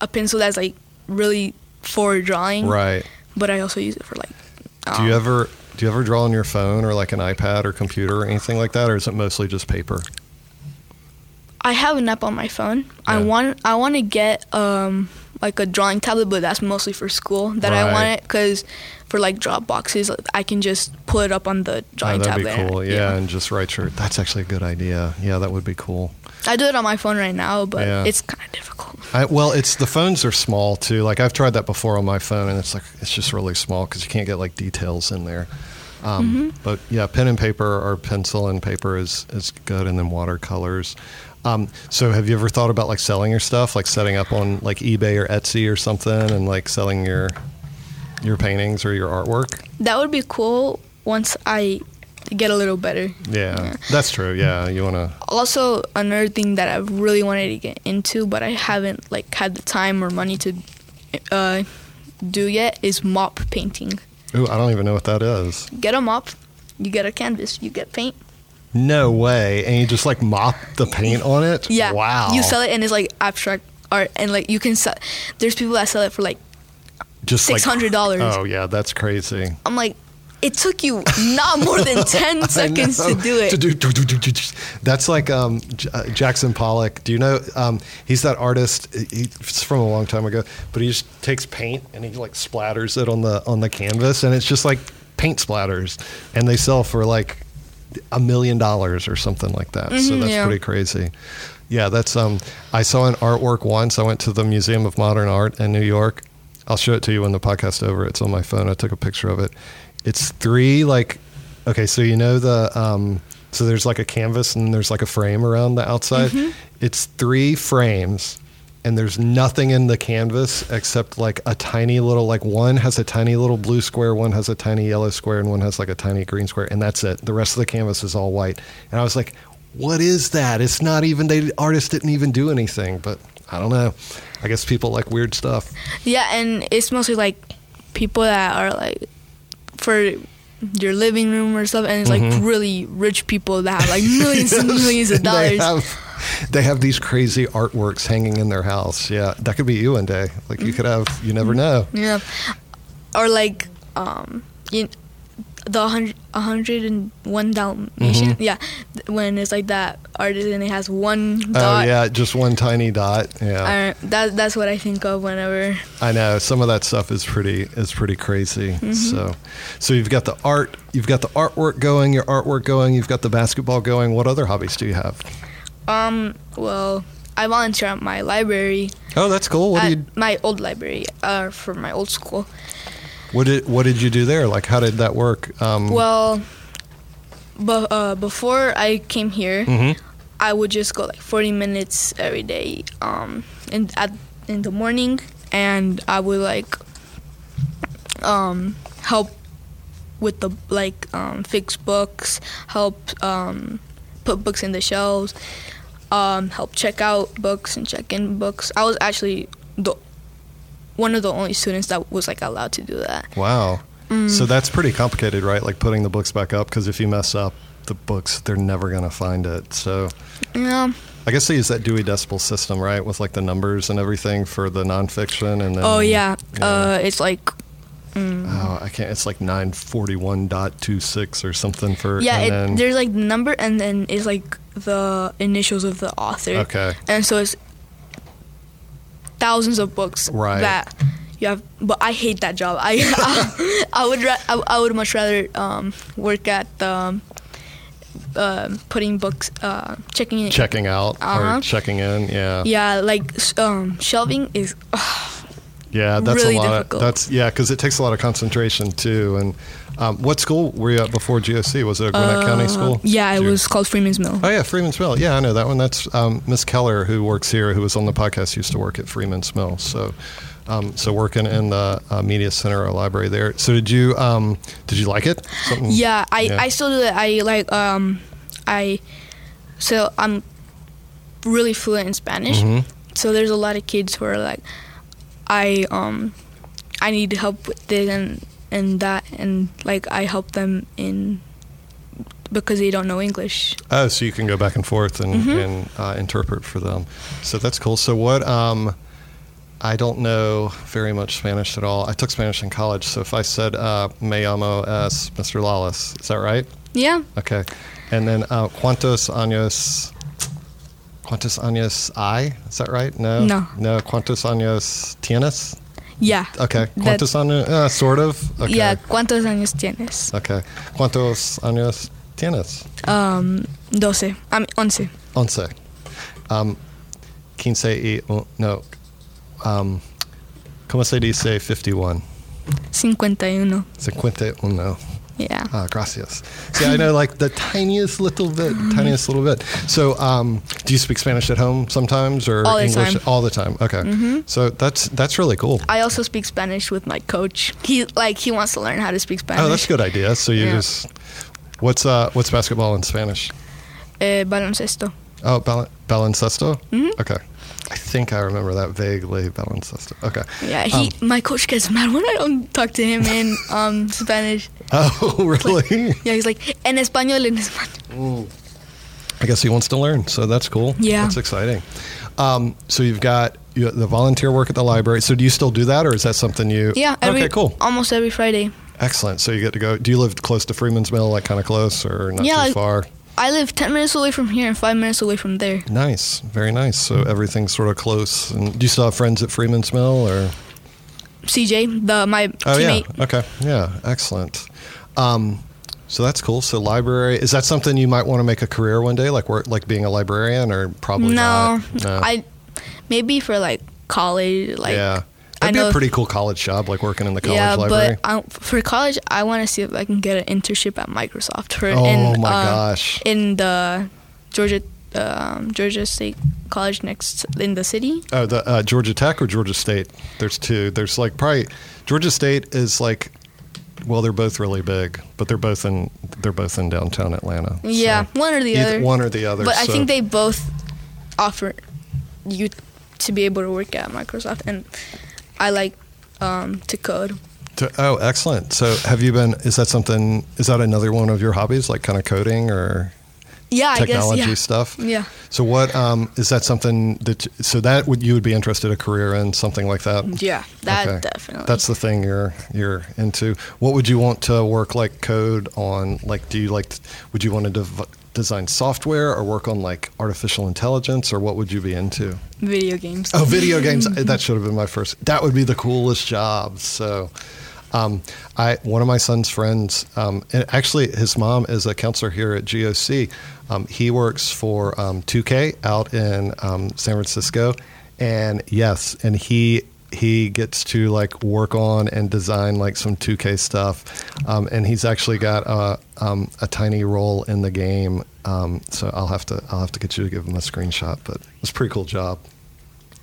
Speaker 2: a pencil that's like really for drawing.
Speaker 1: Right.
Speaker 2: But I also use it for like.
Speaker 1: Do you
Speaker 2: um,
Speaker 1: ever do you ever draw on your phone or like an iPad or computer or anything like that, or is it mostly just paper?
Speaker 2: I have an app on my phone. I
Speaker 1: Yeah.
Speaker 2: want I want to get um like a drawing tablet, but that's mostly for school that I want
Speaker 1: Right.
Speaker 2: it because for like drop boxes, I can just pull it up on the
Speaker 1: Oh,
Speaker 2: drawing
Speaker 1: that'd
Speaker 2: tablet.
Speaker 1: be cool. Yeah, and just write your. That's actually a good idea. Yeah, that would be cool.
Speaker 2: I do it on my phone right now, but
Speaker 1: Yeah.
Speaker 2: it's kind of difficult.
Speaker 1: I, well, it's the phones are small too. Like I've tried that before on my phone, and it's like it's just really small because you can't get like details in there.
Speaker 2: Mm-hmm.
Speaker 1: Um, But yeah, pen and paper or pencil and paper is is good, and then watercolors. Um, so have you ever thought about like selling your stuff, like setting up on like eBay or Etsy or something, and like selling your your paintings or your artwork?
Speaker 2: That would be cool once I get a little better.
Speaker 1: Yeah, that's true. Yeah, you want to.
Speaker 2: Also, another thing that I've really wanted to get into, but I haven't like had the time or money to uh, do yet, is mop painting.
Speaker 1: Ooh, I don't even know what that is.
Speaker 2: Get a mop, you get a canvas, you get paint.
Speaker 1: No way. And you just like mop the paint on it.
Speaker 2: Yeah.
Speaker 1: Wow.
Speaker 2: You sell it and it's like abstract art, and like you can sell. There's people that sell it for like
Speaker 1: just like-
Speaker 2: six hundred dollars.
Speaker 1: Oh yeah, that's crazy.
Speaker 2: I'm like, it took you not more
Speaker 1: <laughs>
Speaker 2: than ten seconds
Speaker 1: I
Speaker 2: to
Speaker 1: know.
Speaker 2: do
Speaker 1: <laughs>
Speaker 2: it.
Speaker 1: To do- do- do- do- do- do. That's like um, J- uh, Jackson Pollock. Do you know? Um, he's that artist. he- He's from a long time ago, but he just takes paint and he like splatters it on the on the canvas, and it's just like paint splatters, and they sell for like a million dollars or something like that. so
Speaker 2: Mhm,
Speaker 1: that's
Speaker 2: yeah.
Speaker 1: pretty crazy. Yeah, that's um. I saw an artwork once. I went to the Museum of Modern Art in New York. I'll show it to you when the podcast over. It's on my phone. I took a picture of it. It's three like, okay, so you know the um. So there's like a canvas and there's like a frame around the outside. It's three frames, and there's nothing in the canvas except like a tiny little like one has a tiny little blue square, one has a tiny yellow square, and one has like a tiny green square, and that's it. The rest of the canvas is all white. And I was like, what is that? It's not even they artist didn't even do anything, but I don't know. I guess people like weird stuff.
Speaker 2: Yeah, and it's mostly like people that are like for your living room or stuff, and it's like really rich people that have like millions and millions of
Speaker 1: Mm-hmm. <laughs> They
Speaker 2: dollars.
Speaker 1: have, they have these crazy artworks hanging in their house. Yeah, that could be you one day. Like you could have, you never know.
Speaker 2: yeah, or like um, you, the hundred, hundred and one Dalmatian.
Speaker 1: Mm-hmm.
Speaker 2: Yeah, th- when it's like that artist and it has one dot.
Speaker 1: Oh yeah, just one tiny dot. Yeah.
Speaker 2: Uh, that that's what I think of whenever.
Speaker 1: I know some of that stuff is pretty is pretty crazy.
Speaker 2: Mm-hmm.
Speaker 1: So, so you've got the art, you've got the artwork going, your artwork going, you've got the basketball going. What other hobbies do you have?
Speaker 2: Um, well, I volunteer at my library,
Speaker 1: Oh, that's cool. What
Speaker 2: at
Speaker 1: do you
Speaker 2: my old library, uh, for my old school.
Speaker 1: what did what did you do there? Like, how did that work? Um,
Speaker 2: Well, but uh, before I came here,
Speaker 1: mhm.
Speaker 2: I would just go like 40 minutes every day, um, in at in the morning, and I would like um help with the like um, fix books, help um put books in the shelves, um, help check out books and check in books. I was actually the one of the only students that was like allowed to do that.
Speaker 1: wow.
Speaker 2: Mm.
Speaker 1: So that's pretty complicated, right? Like putting the books back up because if you mess up the books, they're never gonna find it. So
Speaker 2: Yeah.
Speaker 1: I guess they use that Dewey Decimal System, right, with like the numbers and everything for the nonfiction, and then
Speaker 2: Oh yeah.
Speaker 1: Um, Yeah.
Speaker 2: Uh, it's like mm,
Speaker 1: Oh, I can't. It's like nine forty one point two six or something for.
Speaker 2: yeah.
Speaker 1: and
Speaker 2: It,
Speaker 1: then-
Speaker 2: there's like the number, and then it's like the initials of the author.
Speaker 1: Okay.
Speaker 2: And so it's thousands of books
Speaker 1: Right.
Speaker 2: that you have. But I hate that job. I <laughs> I, would ra- I, I would much rather um, work at the um, um, putting books, uh, checking it.
Speaker 1: Checking out or
Speaker 2: Uh-huh.
Speaker 1: checking in. Yeah.
Speaker 2: Yeah, like s- um, shelving is. ugh.
Speaker 1: Yeah. That's
Speaker 2: Really
Speaker 1: a lot.
Speaker 2: difficult.
Speaker 1: Of, that's yeah, because it takes a lot of concentration too. And um, what school were you at before GOC? Was it a Gwinnett
Speaker 2: Uh,
Speaker 1: County school?
Speaker 2: yeah, it
Speaker 1: Did you-
Speaker 2: was called Freeman's Mill.
Speaker 1: Oh yeah, Freeman's Mill. Yeah, I know that one. That's um, Miss Keller, who works here, who was on the podcast, used to work at Freeman's Mill. So, um, so working in the uh, media center or library there. So did you um, did you like it? Something-
Speaker 2: Yeah, I,
Speaker 1: Mm. Yeah.
Speaker 2: I still do it. I like um, I so I'm really fluent in Spanish.
Speaker 1: Mm-hmm.
Speaker 2: So there's a lot of kids who are like, I um, I need help with this and and that and like I help them in because they don't know English.
Speaker 1: Oh, so you can go back and forth and, and uh, interpret for them. So that's cool. So what? Um, I don't know very much Spanish at all. I took Spanish in college, so if I said uh, "me llamo es Mr. Lawless," is that right?
Speaker 2: Yeah,
Speaker 1: Okay. And then uh, "cuántos años"? ¿Cuántos años I? Is that right? No.
Speaker 2: No.
Speaker 1: No. ¿Cuántos años tienes?
Speaker 2: yeah.
Speaker 1: Okay.
Speaker 2: That-
Speaker 1: ¿Cuántos años? Uh, sort of. Ah, Okay.
Speaker 2: Yeah, ¿cuántos años tienes?
Speaker 1: Okay. ¿Cuántos años tienes?
Speaker 2: Um, doce. I'm once.
Speaker 1: Once. Um, quince y un- no. Um, ¿Cómo se dice 51?
Speaker 2: 51.
Speaker 1: 51.
Speaker 2: Yeah.
Speaker 1: Ah, gracias. See, I know like the tiniest little bit,
Speaker 2: Mm-hmm.
Speaker 1: tiniest little bit. So, um, do you speak Spanish at home sometimes or
Speaker 2: All the
Speaker 1: English
Speaker 2: time. Mm-hmm.
Speaker 1: all the time? Okay. So that's that's really cool.
Speaker 2: I also speak Spanish with my coach. He like he wants to learn how to speak Spanish.
Speaker 1: Oh, that's a good idea. So you
Speaker 2: Yeah.
Speaker 1: just what's uh what's basketball in Spanish?
Speaker 2: Eh, baloncesto.
Speaker 1: Oh, bal- baloncesto.
Speaker 2: Mm-hmm.
Speaker 1: Okay. I think I remember that vaguely. Baloncesto. Okay. <laughs>
Speaker 2: Yeah, he
Speaker 1: Um.
Speaker 2: my coach gets mad when I don't talk to him in um Spanish.
Speaker 1: Oh, really?
Speaker 2: Yeah, he's like en español en español.
Speaker 1: I guess he wants to learn, so that's cool.
Speaker 2: Yeah.
Speaker 1: that's exciting. Um, so you've got you, the volunteer work at the library. So do you still do that, or is that something you?
Speaker 2: Yeah, every
Speaker 1: okay, cool,
Speaker 2: almost every Friday.
Speaker 1: excellent. So you get to go. Do you live close to Freeman's Mill, like kind of close, or not
Speaker 2: Yeah,
Speaker 1: too
Speaker 2: like-
Speaker 1: far?
Speaker 2: I live 10 minutes away from here and 5 minutes away from there.
Speaker 1: Nice, very nice. So everything's sort of close. And do you still have friends at Freeman's Mill, or?
Speaker 2: CJ, the my
Speaker 1: Oh
Speaker 2: teammate.
Speaker 1: yeah. Okay. Yeah. Excellent. Um, so that's cool. So library is that something you might want to make a career one day, like work, like being a librarian, or probably
Speaker 2: no,
Speaker 1: not? No.
Speaker 2: I maybe for like college like
Speaker 1: yeah.
Speaker 2: I
Speaker 1: That'd be
Speaker 2: know-
Speaker 1: a pretty cool college job, like working in the college
Speaker 2: yeah,
Speaker 1: library.
Speaker 2: but I, for college, I want to see if I can get an internship at Microsoft for
Speaker 1: oh
Speaker 2: in
Speaker 1: my
Speaker 2: uh,
Speaker 1: gosh.
Speaker 2: in the Georgia um, Georgia State College next in the city.
Speaker 1: Oh, the uh, Georgia Tech or Georgia State? There's two. There's like probably Georgia State is like, well, they're both really big, but they're both in they're both in downtown Atlanta. So
Speaker 2: Yeah, one or the
Speaker 1: either
Speaker 2: other.
Speaker 1: one or the other.
Speaker 2: but I
Speaker 1: so-
Speaker 2: think they both offer you to be able to work at Microsoft, and I like um, to code.
Speaker 1: To- oh, excellent. So, have you been? Is that something? Is that another one of your hobbies, like kind of coding or
Speaker 2: Yeah,
Speaker 1: technology
Speaker 2: I guess.
Speaker 1: stuff?
Speaker 2: Yeah, yeah,
Speaker 1: So, what um, is that something that? So that would you would be interested a career in something like that?
Speaker 2: yeah. That
Speaker 1: Okay.
Speaker 2: definitely.
Speaker 1: That's the thing you're you're into. What would you want to work like code on? Like, do you like? t- Would you want to dev- design software or work on like artificial intelligence or what would you be into?
Speaker 2: video games.
Speaker 1: Oh, video games. That should have been my first. That would be the coolest job. So, um, I one of my son's friends, um, and actually his mom is a counselor here at GOC. Um, he works for um, 2K out in um, San Francisco, and yes, and he he gets to like work on and design like some 2K stuff, um, and he's actually got a um, a tiny role in the game. Um, so I'll have to I'll have to get you to give him a screenshot, but it's a pretty cool job.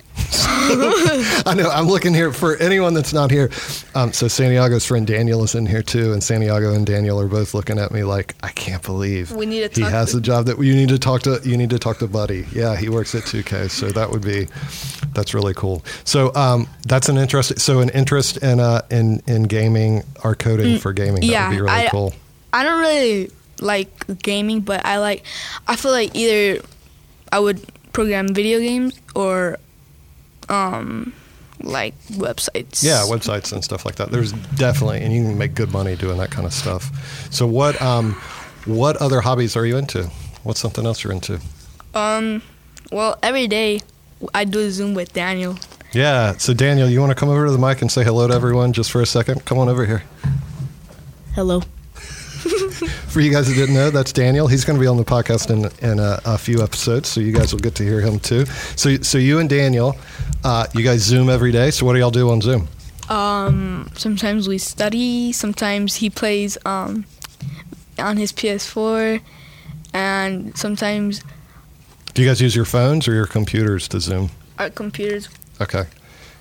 Speaker 1: <laughs> I know. I'm looking here for anyone that's not here. Um, so Santiago's friend Daniel is in here too, and Santiago and Daniel are both looking at me like, I can't believe
Speaker 2: We need to
Speaker 1: he
Speaker 2: talk
Speaker 1: has
Speaker 2: to-
Speaker 1: a job that you need to talk to. You need to talk to Buddy. Yeah, he works at 2K, so that would be that's really cool. So um, that's an interest. So an interest in uh, in in gaming, our coding for gaming. that
Speaker 2: Mm, yeah,
Speaker 1: would be really
Speaker 2: I-
Speaker 1: cool.
Speaker 2: I don't really like gaming, but I like. I feel like either I would program video games or um like websites.
Speaker 1: Yeah, websites and stuff like that. There's definitely, and you can make good money doing that kind of stuff. So what um, what other hobbies are you into? What's something else you're into?
Speaker 2: um. Well, every day I do a Zoom with Daniel.
Speaker 1: Yeah. So Daniel, you want to come over to the mic and say hello to everyone just for a second? Come on over here.
Speaker 3: Hello.
Speaker 1: For you guys that didn't know, that's Daniel. He's going to be on the podcast in in a, a few episodes, so you guys will get to hear him too. So so you and Daniel, uh, you guys Zoom every day. So what do y'all do on Zoom?
Speaker 2: Um. Sometimes we study. Sometimes he plays um on his PS4, and sometimes
Speaker 1: Do you guys use your phones or your computers to Zoom?
Speaker 2: our computers.
Speaker 1: Okay.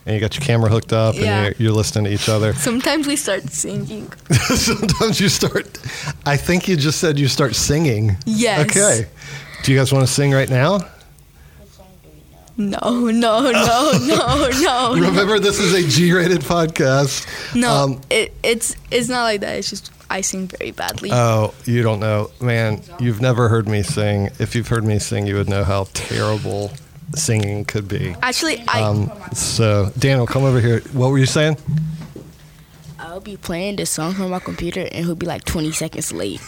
Speaker 1: And you got your camera hooked up,
Speaker 2: Yeah.
Speaker 1: and you're, you're listening to each other. <laughs>
Speaker 2: Sometimes we start singing.
Speaker 1: Sometimes you start. I think you just said you start singing.
Speaker 2: Yes.
Speaker 1: Okay. Do you guys want to sing right now?
Speaker 2: No,
Speaker 1: <laughs>
Speaker 2: no, no, no, no.
Speaker 1: Remember, this is a G-rated podcast.
Speaker 2: No,
Speaker 1: Um,
Speaker 2: it, it's it's not like that. It's just I sing very badly.
Speaker 1: Oh, you don't know, man. You've never heard me sing. If you've heard me sing, you would know how terrible singing could be.
Speaker 2: Actually, I
Speaker 1: Um, so, Daniel, come over here. What were you saying?
Speaker 3: I'll be playing this song from my computer and he'll be like 20 seconds late.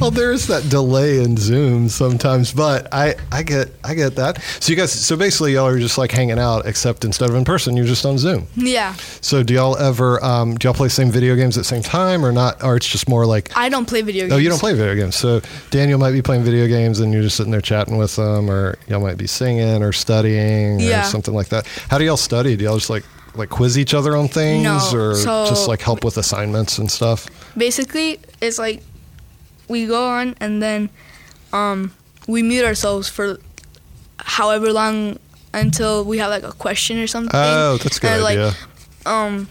Speaker 1: well, there is that delay in Zoom sometimes, but I, I get I get that. So you guys, so basically y'all are just like hanging out, except instead of in person, you're just on Zoom.
Speaker 2: Yeah,
Speaker 1: So do y'all ever um, do y'all play the same video games at the same time or not? Or it's just more like
Speaker 2: I don't play video games.
Speaker 1: oh, you don't play video games. So Daniel might be playing video games and you're just sitting there chatting with them, or y'all might be singing or studying
Speaker 2: Yeah.
Speaker 1: or something like that. How do y'all study? Do y'all just like like quiz each other on things
Speaker 2: No,
Speaker 1: or
Speaker 2: so-
Speaker 1: just like help with assignments and stuff?
Speaker 2: Basically, it's like we go on and then um, we mute ourselves for however long until we have like a question or something.
Speaker 1: Oh, that's a good
Speaker 2: And, like,
Speaker 1: idea.
Speaker 2: um,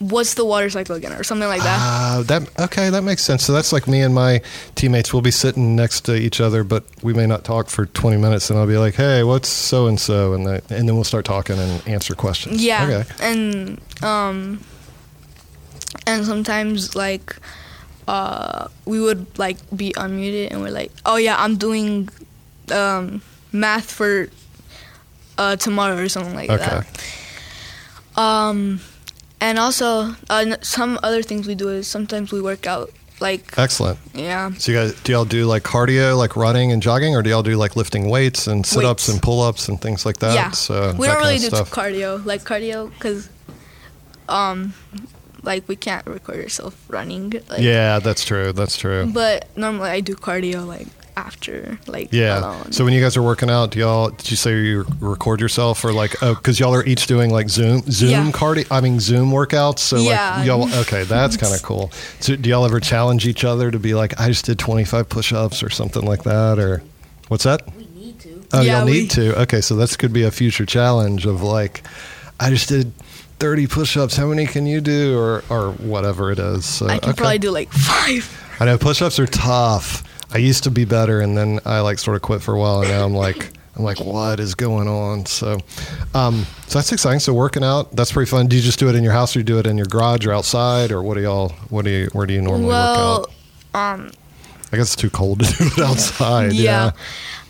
Speaker 2: what's the water cycle again, or something like that.
Speaker 1: Ah, that okay, that makes sense. So that's like me and my teammates. We'll be sitting next to each other, but we may not talk for twenty minutes, and I'll be like, "Hey, what's so and so," and then- and then we'll start talking and answer questions.
Speaker 2: yeah,
Speaker 1: Okay.
Speaker 2: and um, and sometimes like uh, we would like be unmuted and we're like, oh yeah, I'm doing um, math for uh, tomorrow or something like
Speaker 1: Okay.
Speaker 2: that. Um, and also uh, n- some other things we do is sometimes we work out. Like
Speaker 1: Excellent.
Speaker 2: yeah,
Speaker 1: So you guys, do y'all do like cardio, like running and jogging, or do y'all do like lifting weights and sit ups
Speaker 2: Weights.
Speaker 1: and pull ups and things like that?
Speaker 2: yeah.
Speaker 1: So
Speaker 2: we
Speaker 1: uh, that
Speaker 2: don't
Speaker 1: kind
Speaker 2: really
Speaker 1: of
Speaker 2: do
Speaker 1: stuff.
Speaker 2: cardio, like cardio, because um, like we can't record yourself running. Like,
Speaker 1: yeah, that's true. That's true.
Speaker 2: But normally I do cardio like after, like
Speaker 1: yeah.
Speaker 2: alone.
Speaker 1: So when you guys are working out, do y'all did you say you record yourself or like oh because y'all are each doing like Zoom Zoom
Speaker 2: Yeah.
Speaker 1: cardio? I mean Zoom workouts. So
Speaker 2: Yeah.
Speaker 1: like y'all okay,
Speaker 2: <laughs>
Speaker 1: that's kind of cool. So do y'all ever challenge each other to be like I just did twenty five push ups or something like that or what's that?
Speaker 4: We need to.
Speaker 1: Oh,
Speaker 2: Yeah,
Speaker 1: y'all
Speaker 2: we-
Speaker 1: need to. Okay, so this could be a future challenge of like, I just did 30 push-ups. How many can you do, or or whatever it is. So,
Speaker 2: I can
Speaker 1: uh, okay.
Speaker 2: probably do like <laughs> five.
Speaker 1: I know push-ups are tough. I used to be better, and then I like sort of quit for a while, and now I'm like, I'm like, what is going on? So, um, so that's exciting. So working out, that's pretty fun. Do you just do it in your house, or you do it in your garage or outside, or what do y'all? What do you? Where do you normally
Speaker 2: well,
Speaker 1: work out? I guess it's too cold to do it outside.
Speaker 2: yeah.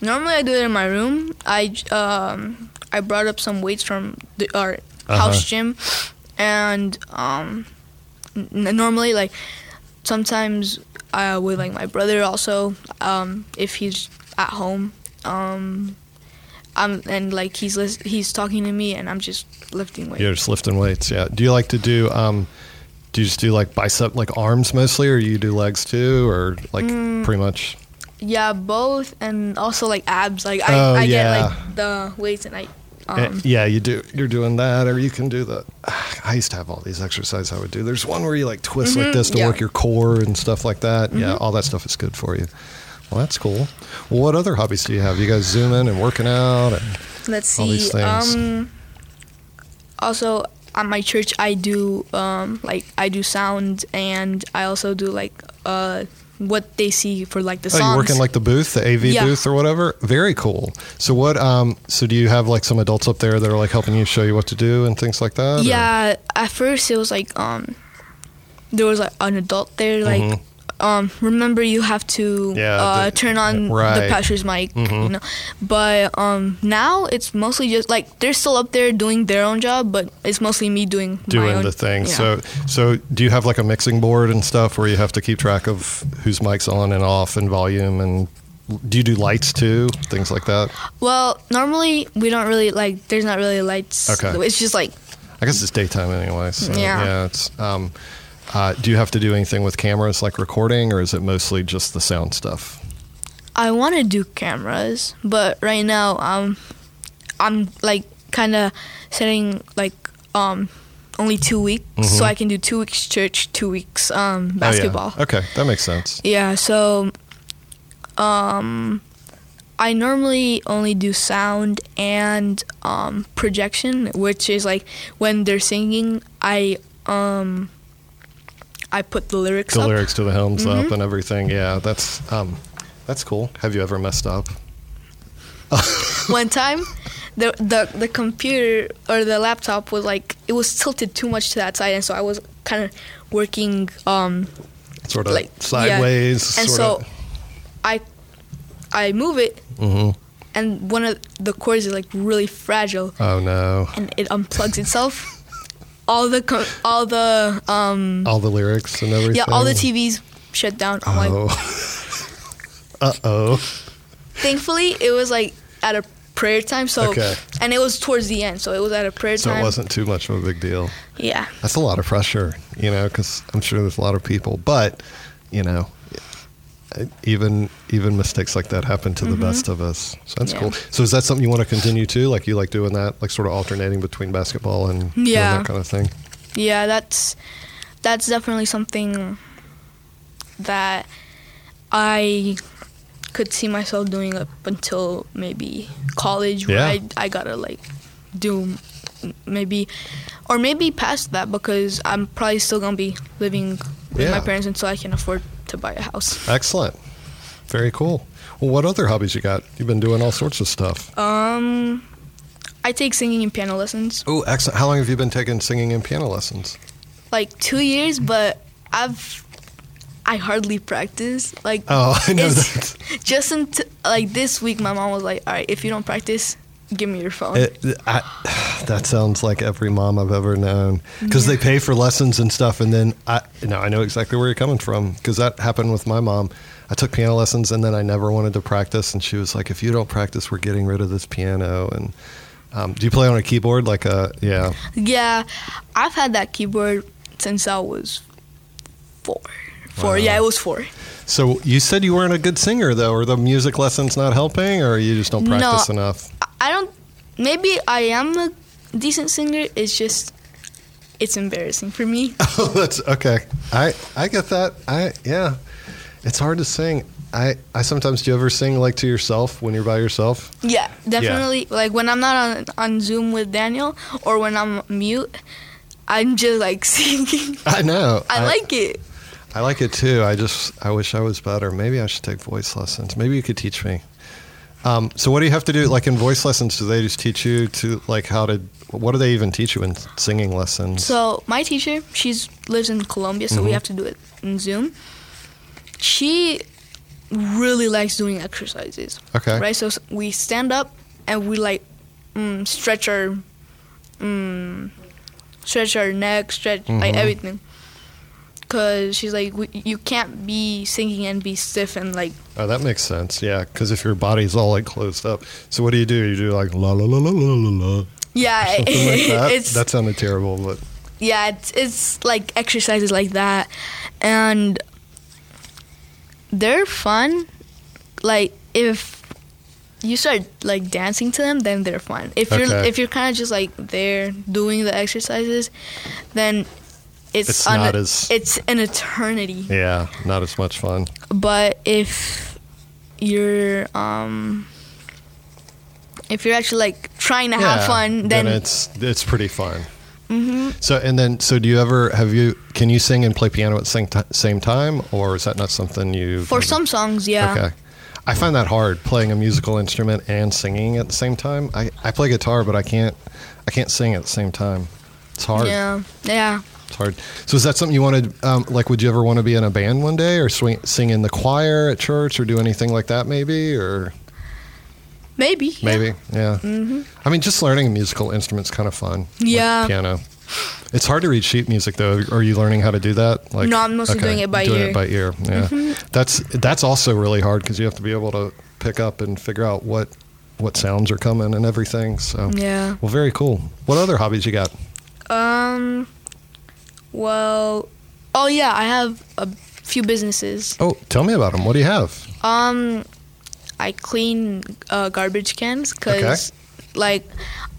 Speaker 2: Normally I do it in my room. I j- um I brought up some weights from the, our
Speaker 1: Uh-huh.
Speaker 2: house gym, and um n- normally like sometimes uh, with like my brother also um if he's at home um. I'm, and like he's lis- he's talking to me and I'm just lifting weights.
Speaker 1: You're just lifting weights, yeah. Do you like to do? Um, do you just do like bicep, like arms mostly, or you do legs too, or like
Speaker 2: Mm.
Speaker 1: pretty much?
Speaker 2: Yeah, both, and also like abs. Like I,
Speaker 1: Oh,
Speaker 2: I
Speaker 1: yeah.
Speaker 2: get like the weights, and I,
Speaker 1: Eh,
Speaker 2: um,
Speaker 1: yeah, you do. You're doing that, or you can do the. <sighs> I used to have all these exercises I would do. There's one where you like twist like
Speaker 2: Mhm,
Speaker 1: this to
Speaker 2: yeah. Mm-hmm.
Speaker 1: work your core and stuff like that. Yeah, all that stuff is good for you. Well, that's cool. Well, what other hobbies do you have? You guys zoom in and working out. And, oh,
Speaker 2: let's see.
Speaker 1: all these things.
Speaker 2: Um, also at my church, I do um like I do sound, and I also do like uh what they see for like the
Speaker 1: oh,
Speaker 2: songs.
Speaker 1: you work in like the booth, the AV
Speaker 2: Yeah.
Speaker 1: booth or whatever. Very cool. So what? Um, so do you have like some adults up there that are like helping you show you what to do and things like that? or-
Speaker 2: yeah, at first it was like um there was like an adult there like.
Speaker 1: Mhm.
Speaker 2: Um, remember, you have to
Speaker 1: Yeah,
Speaker 2: uh,
Speaker 1: the-
Speaker 2: turn on the
Speaker 1: right. Mm-hmm.
Speaker 2: pastor's mic, you know. But um, now it's mostly just like they're still up there doing their own job, but it's mostly me doing my
Speaker 1: doing
Speaker 2: own,
Speaker 1: the thing.
Speaker 2: yeah.
Speaker 1: So so do you have like a mixing board and stuff where you have to keep track of whose mic's on and off and volume and do you do lights too? Things like that.
Speaker 2: well, normally we don't really like. There's not really lights.
Speaker 1: Okay.
Speaker 2: It's just like
Speaker 1: I guess it's daytime anyway. So
Speaker 2: Yeah.
Speaker 1: it's um uh, do you have to do anything with cameras like recording or is it mostly just the sound stuff? Oh,
Speaker 2: I want to do cameras, but right now um, I'm like kind of setting like um only two weeks, so I can do two weeks church, two weeks um
Speaker 1: Mm-hmm. Oh, yeah.
Speaker 2: basketball.
Speaker 1: Okay, that makes sense.
Speaker 2: Yeah, so um I normally only do sound and um projection, which is like when they're singing, I um I put the lyrics
Speaker 1: The
Speaker 2: up.
Speaker 1: lyrics to the helms
Speaker 2: Mm-hmm.
Speaker 1: up and everything. Yeah, that's um that's cool. Have you ever messed up?
Speaker 2: One time the, the the computer or the laptop was like it was tilted too much to that side and so I was kind of working um
Speaker 1: Sort of
Speaker 2: Like, yeah.
Speaker 1: sideways.
Speaker 2: and
Speaker 1: sort
Speaker 2: so
Speaker 1: of,
Speaker 2: I I move it
Speaker 1: Mhm.
Speaker 2: and one of the cords is like really fragile
Speaker 1: oh no.
Speaker 2: and it unplugs itself. all the co all the um
Speaker 1: All the lyrics and everything.
Speaker 2: yeah all the TVs shut down. I'm like
Speaker 1: Oh.
Speaker 2: <laughs>
Speaker 1: Uh oh.
Speaker 2: Thankfully, it was like at a prayer time, so
Speaker 1: Okay.
Speaker 2: and it was towards the end, so it was at a prayer
Speaker 1: So
Speaker 2: time.
Speaker 1: it wasn't too much of a big deal.
Speaker 2: Yeah.
Speaker 1: That's a lot of pressure, you know, because I'm sure there's a lot of people. But, you know, even even mistakes like that happen to the best of us. So that's
Speaker 2: Mm-hmm. Yeah.
Speaker 1: cool. So is that something you want to continue to? Like you like doing that, like sort of alternating between basketball and doing
Speaker 2: Yeah.
Speaker 1: that kind of thing.
Speaker 2: Yeah, that's that's definitely something that I could see myself doing up until maybe college where
Speaker 1: Yeah.
Speaker 2: I I got to like do m- maybe or maybe past that because I'm probably still going to be living with
Speaker 1: Yeah.
Speaker 2: my parents until I can afford to buy a house.
Speaker 1: Excellent. Very cool. Well, what other hobbies you got? You've been doing all sorts of stuff.
Speaker 2: Um I take singing and piano lessons
Speaker 1: oh, excellent. How long have you been taking singing and piano lessons?
Speaker 2: like 2 years but I've I hardly practice like
Speaker 1: Oh, <laughs> I know
Speaker 2: It's-
Speaker 1: that.
Speaker 2: just until like this week my mom was like all right if you don't practice give me your phone
Speaker 1: It, I, <sighs> that sounds like every mom I've ever known because they pay for lessons and stuff, and then I no, I know exactly where you're coming from because that happened with my mom. I took piano lessons and then I never wanted to practice, and she was like, "If you don't practice, we're getting rid of this piano." And um, do you play on a keyboard? Like a yeah,
Speaker 2: yeah i've had that keyboard since i was four four
Speaker 1: Wow.
Speaker 2: yeah it was four
Speaker 1: So you said you weren't a good singer though, or the music lessons not helping, or you just don't
Speaker 2: No.
Speaker 1: practice enough.
Speaker 2: I- i don't maybe i am a decent singer it's just it's embarrassing for <laughs> me
Speaker 1: Oh, <laughs> that's okay. I I get that. I yeah, it's hard to sing. I I sometimes do you ever sing like to yourself when you're by yourself?
Speaker 2: yeah definitely like when i'm not on, on zoom with daniel or when i'm mute i'm just like <laughs> singing
Speaker 1: I know.
Speaker 2: i like it
Speaker 1: I like it too. I just I wish I was better. Maybe I should take voice lessons. Maybe you could teach me. Um, so what do you have to do? Like in voice lessons, do they just teach you to like how to? What do they even teach you in singing lessons?
Speaker 2: So my teacher, she's lives in Colombia, so
Speaker 1: Mm-hmm.
Speaker 2: we have to do it in Zoom. She really likes doing exercises,
Speaker 1: okay.
Speaker 2: right? So s- we stand up and we like mm, stretch our mm, stretch our neck, stretch like
Speaker 1: Mhm.
Speaker 2: everything. Cause she's like, we, you can't be singing and be stiff and like
Speaker 1: Oh, that makes sense. Yeah, because if your body's all like closed up, so what do you do? You do like la la la la la la la.
Speaker 2: yeah,
Speaker 1: Something
Speaker 2: <laughs>
Speaker 1: like that.
Speaker 2: it's
Speaker 1: that sounded terrible, but
Speaker 2: yeah, it's, it's like exercises like that, and they're fun. Like if you start like dancing to them, then they're fun. If you're
Speaker 1: Okay.
Speaker 2: if you're kind of just like there doing the exercises, then it's
Speaker 1: It's
Speaker 2: an-
Speaker 1: not as-
Speaker 2: it's an eternity.
Speaker 1: yeah, not as much fun.
Speaker 2: But if you're um if you're actually like trying to have
Speaker 1: Yeah,
Speaker 2: fun, then, Mm-hmm.
Speaker 1: it's it's pretty fun. So and then so do you ever have you can you sing and play piano at the same, ti same time or is that not something you
Speaker 2: for some songs, yeah.
Speaker 1: okay I find that hard playing a musical instrument and singing at the same time I, I play guitar but I can't I can't sing at the same time it's hard
Speaker 2: Yeah, yeah.
Speaker 1: it's hard so is that something you wanted um, like would you ever want to be in a band one day or swing, sing in the choir at church or do anything like that maybe or
Speaker 2: Maybe. yeah. Mm-hmm.
Speaker 1: Maybe, yeah. I mean, just learning a musical instrument's kind of fun. like
Speaker 2: Yeah.
Speaker 1: piano. It's hard to read sheet music though. Are you learning how to do that? Like,
Speaker 2: No, I'm mostly doing it by
Speaker 1: doing
Speaker 2: ear. Mm-hmm.
Speaker 1: it by ear. Yeah, that's that's also really hard because you have to be able to pick up and figure out what what sounds are coming and everything. So
Speaker 2: Yeah.
Speaker 1: well, very cool. What other hobbies you got?
Speaker 2: Um. Well. Oh yeah, I have a few businesses.
Speaker 1: Oh, tell me about them. What do you have?
Speaker 2: Um, I clean uh, garbage cans because, like,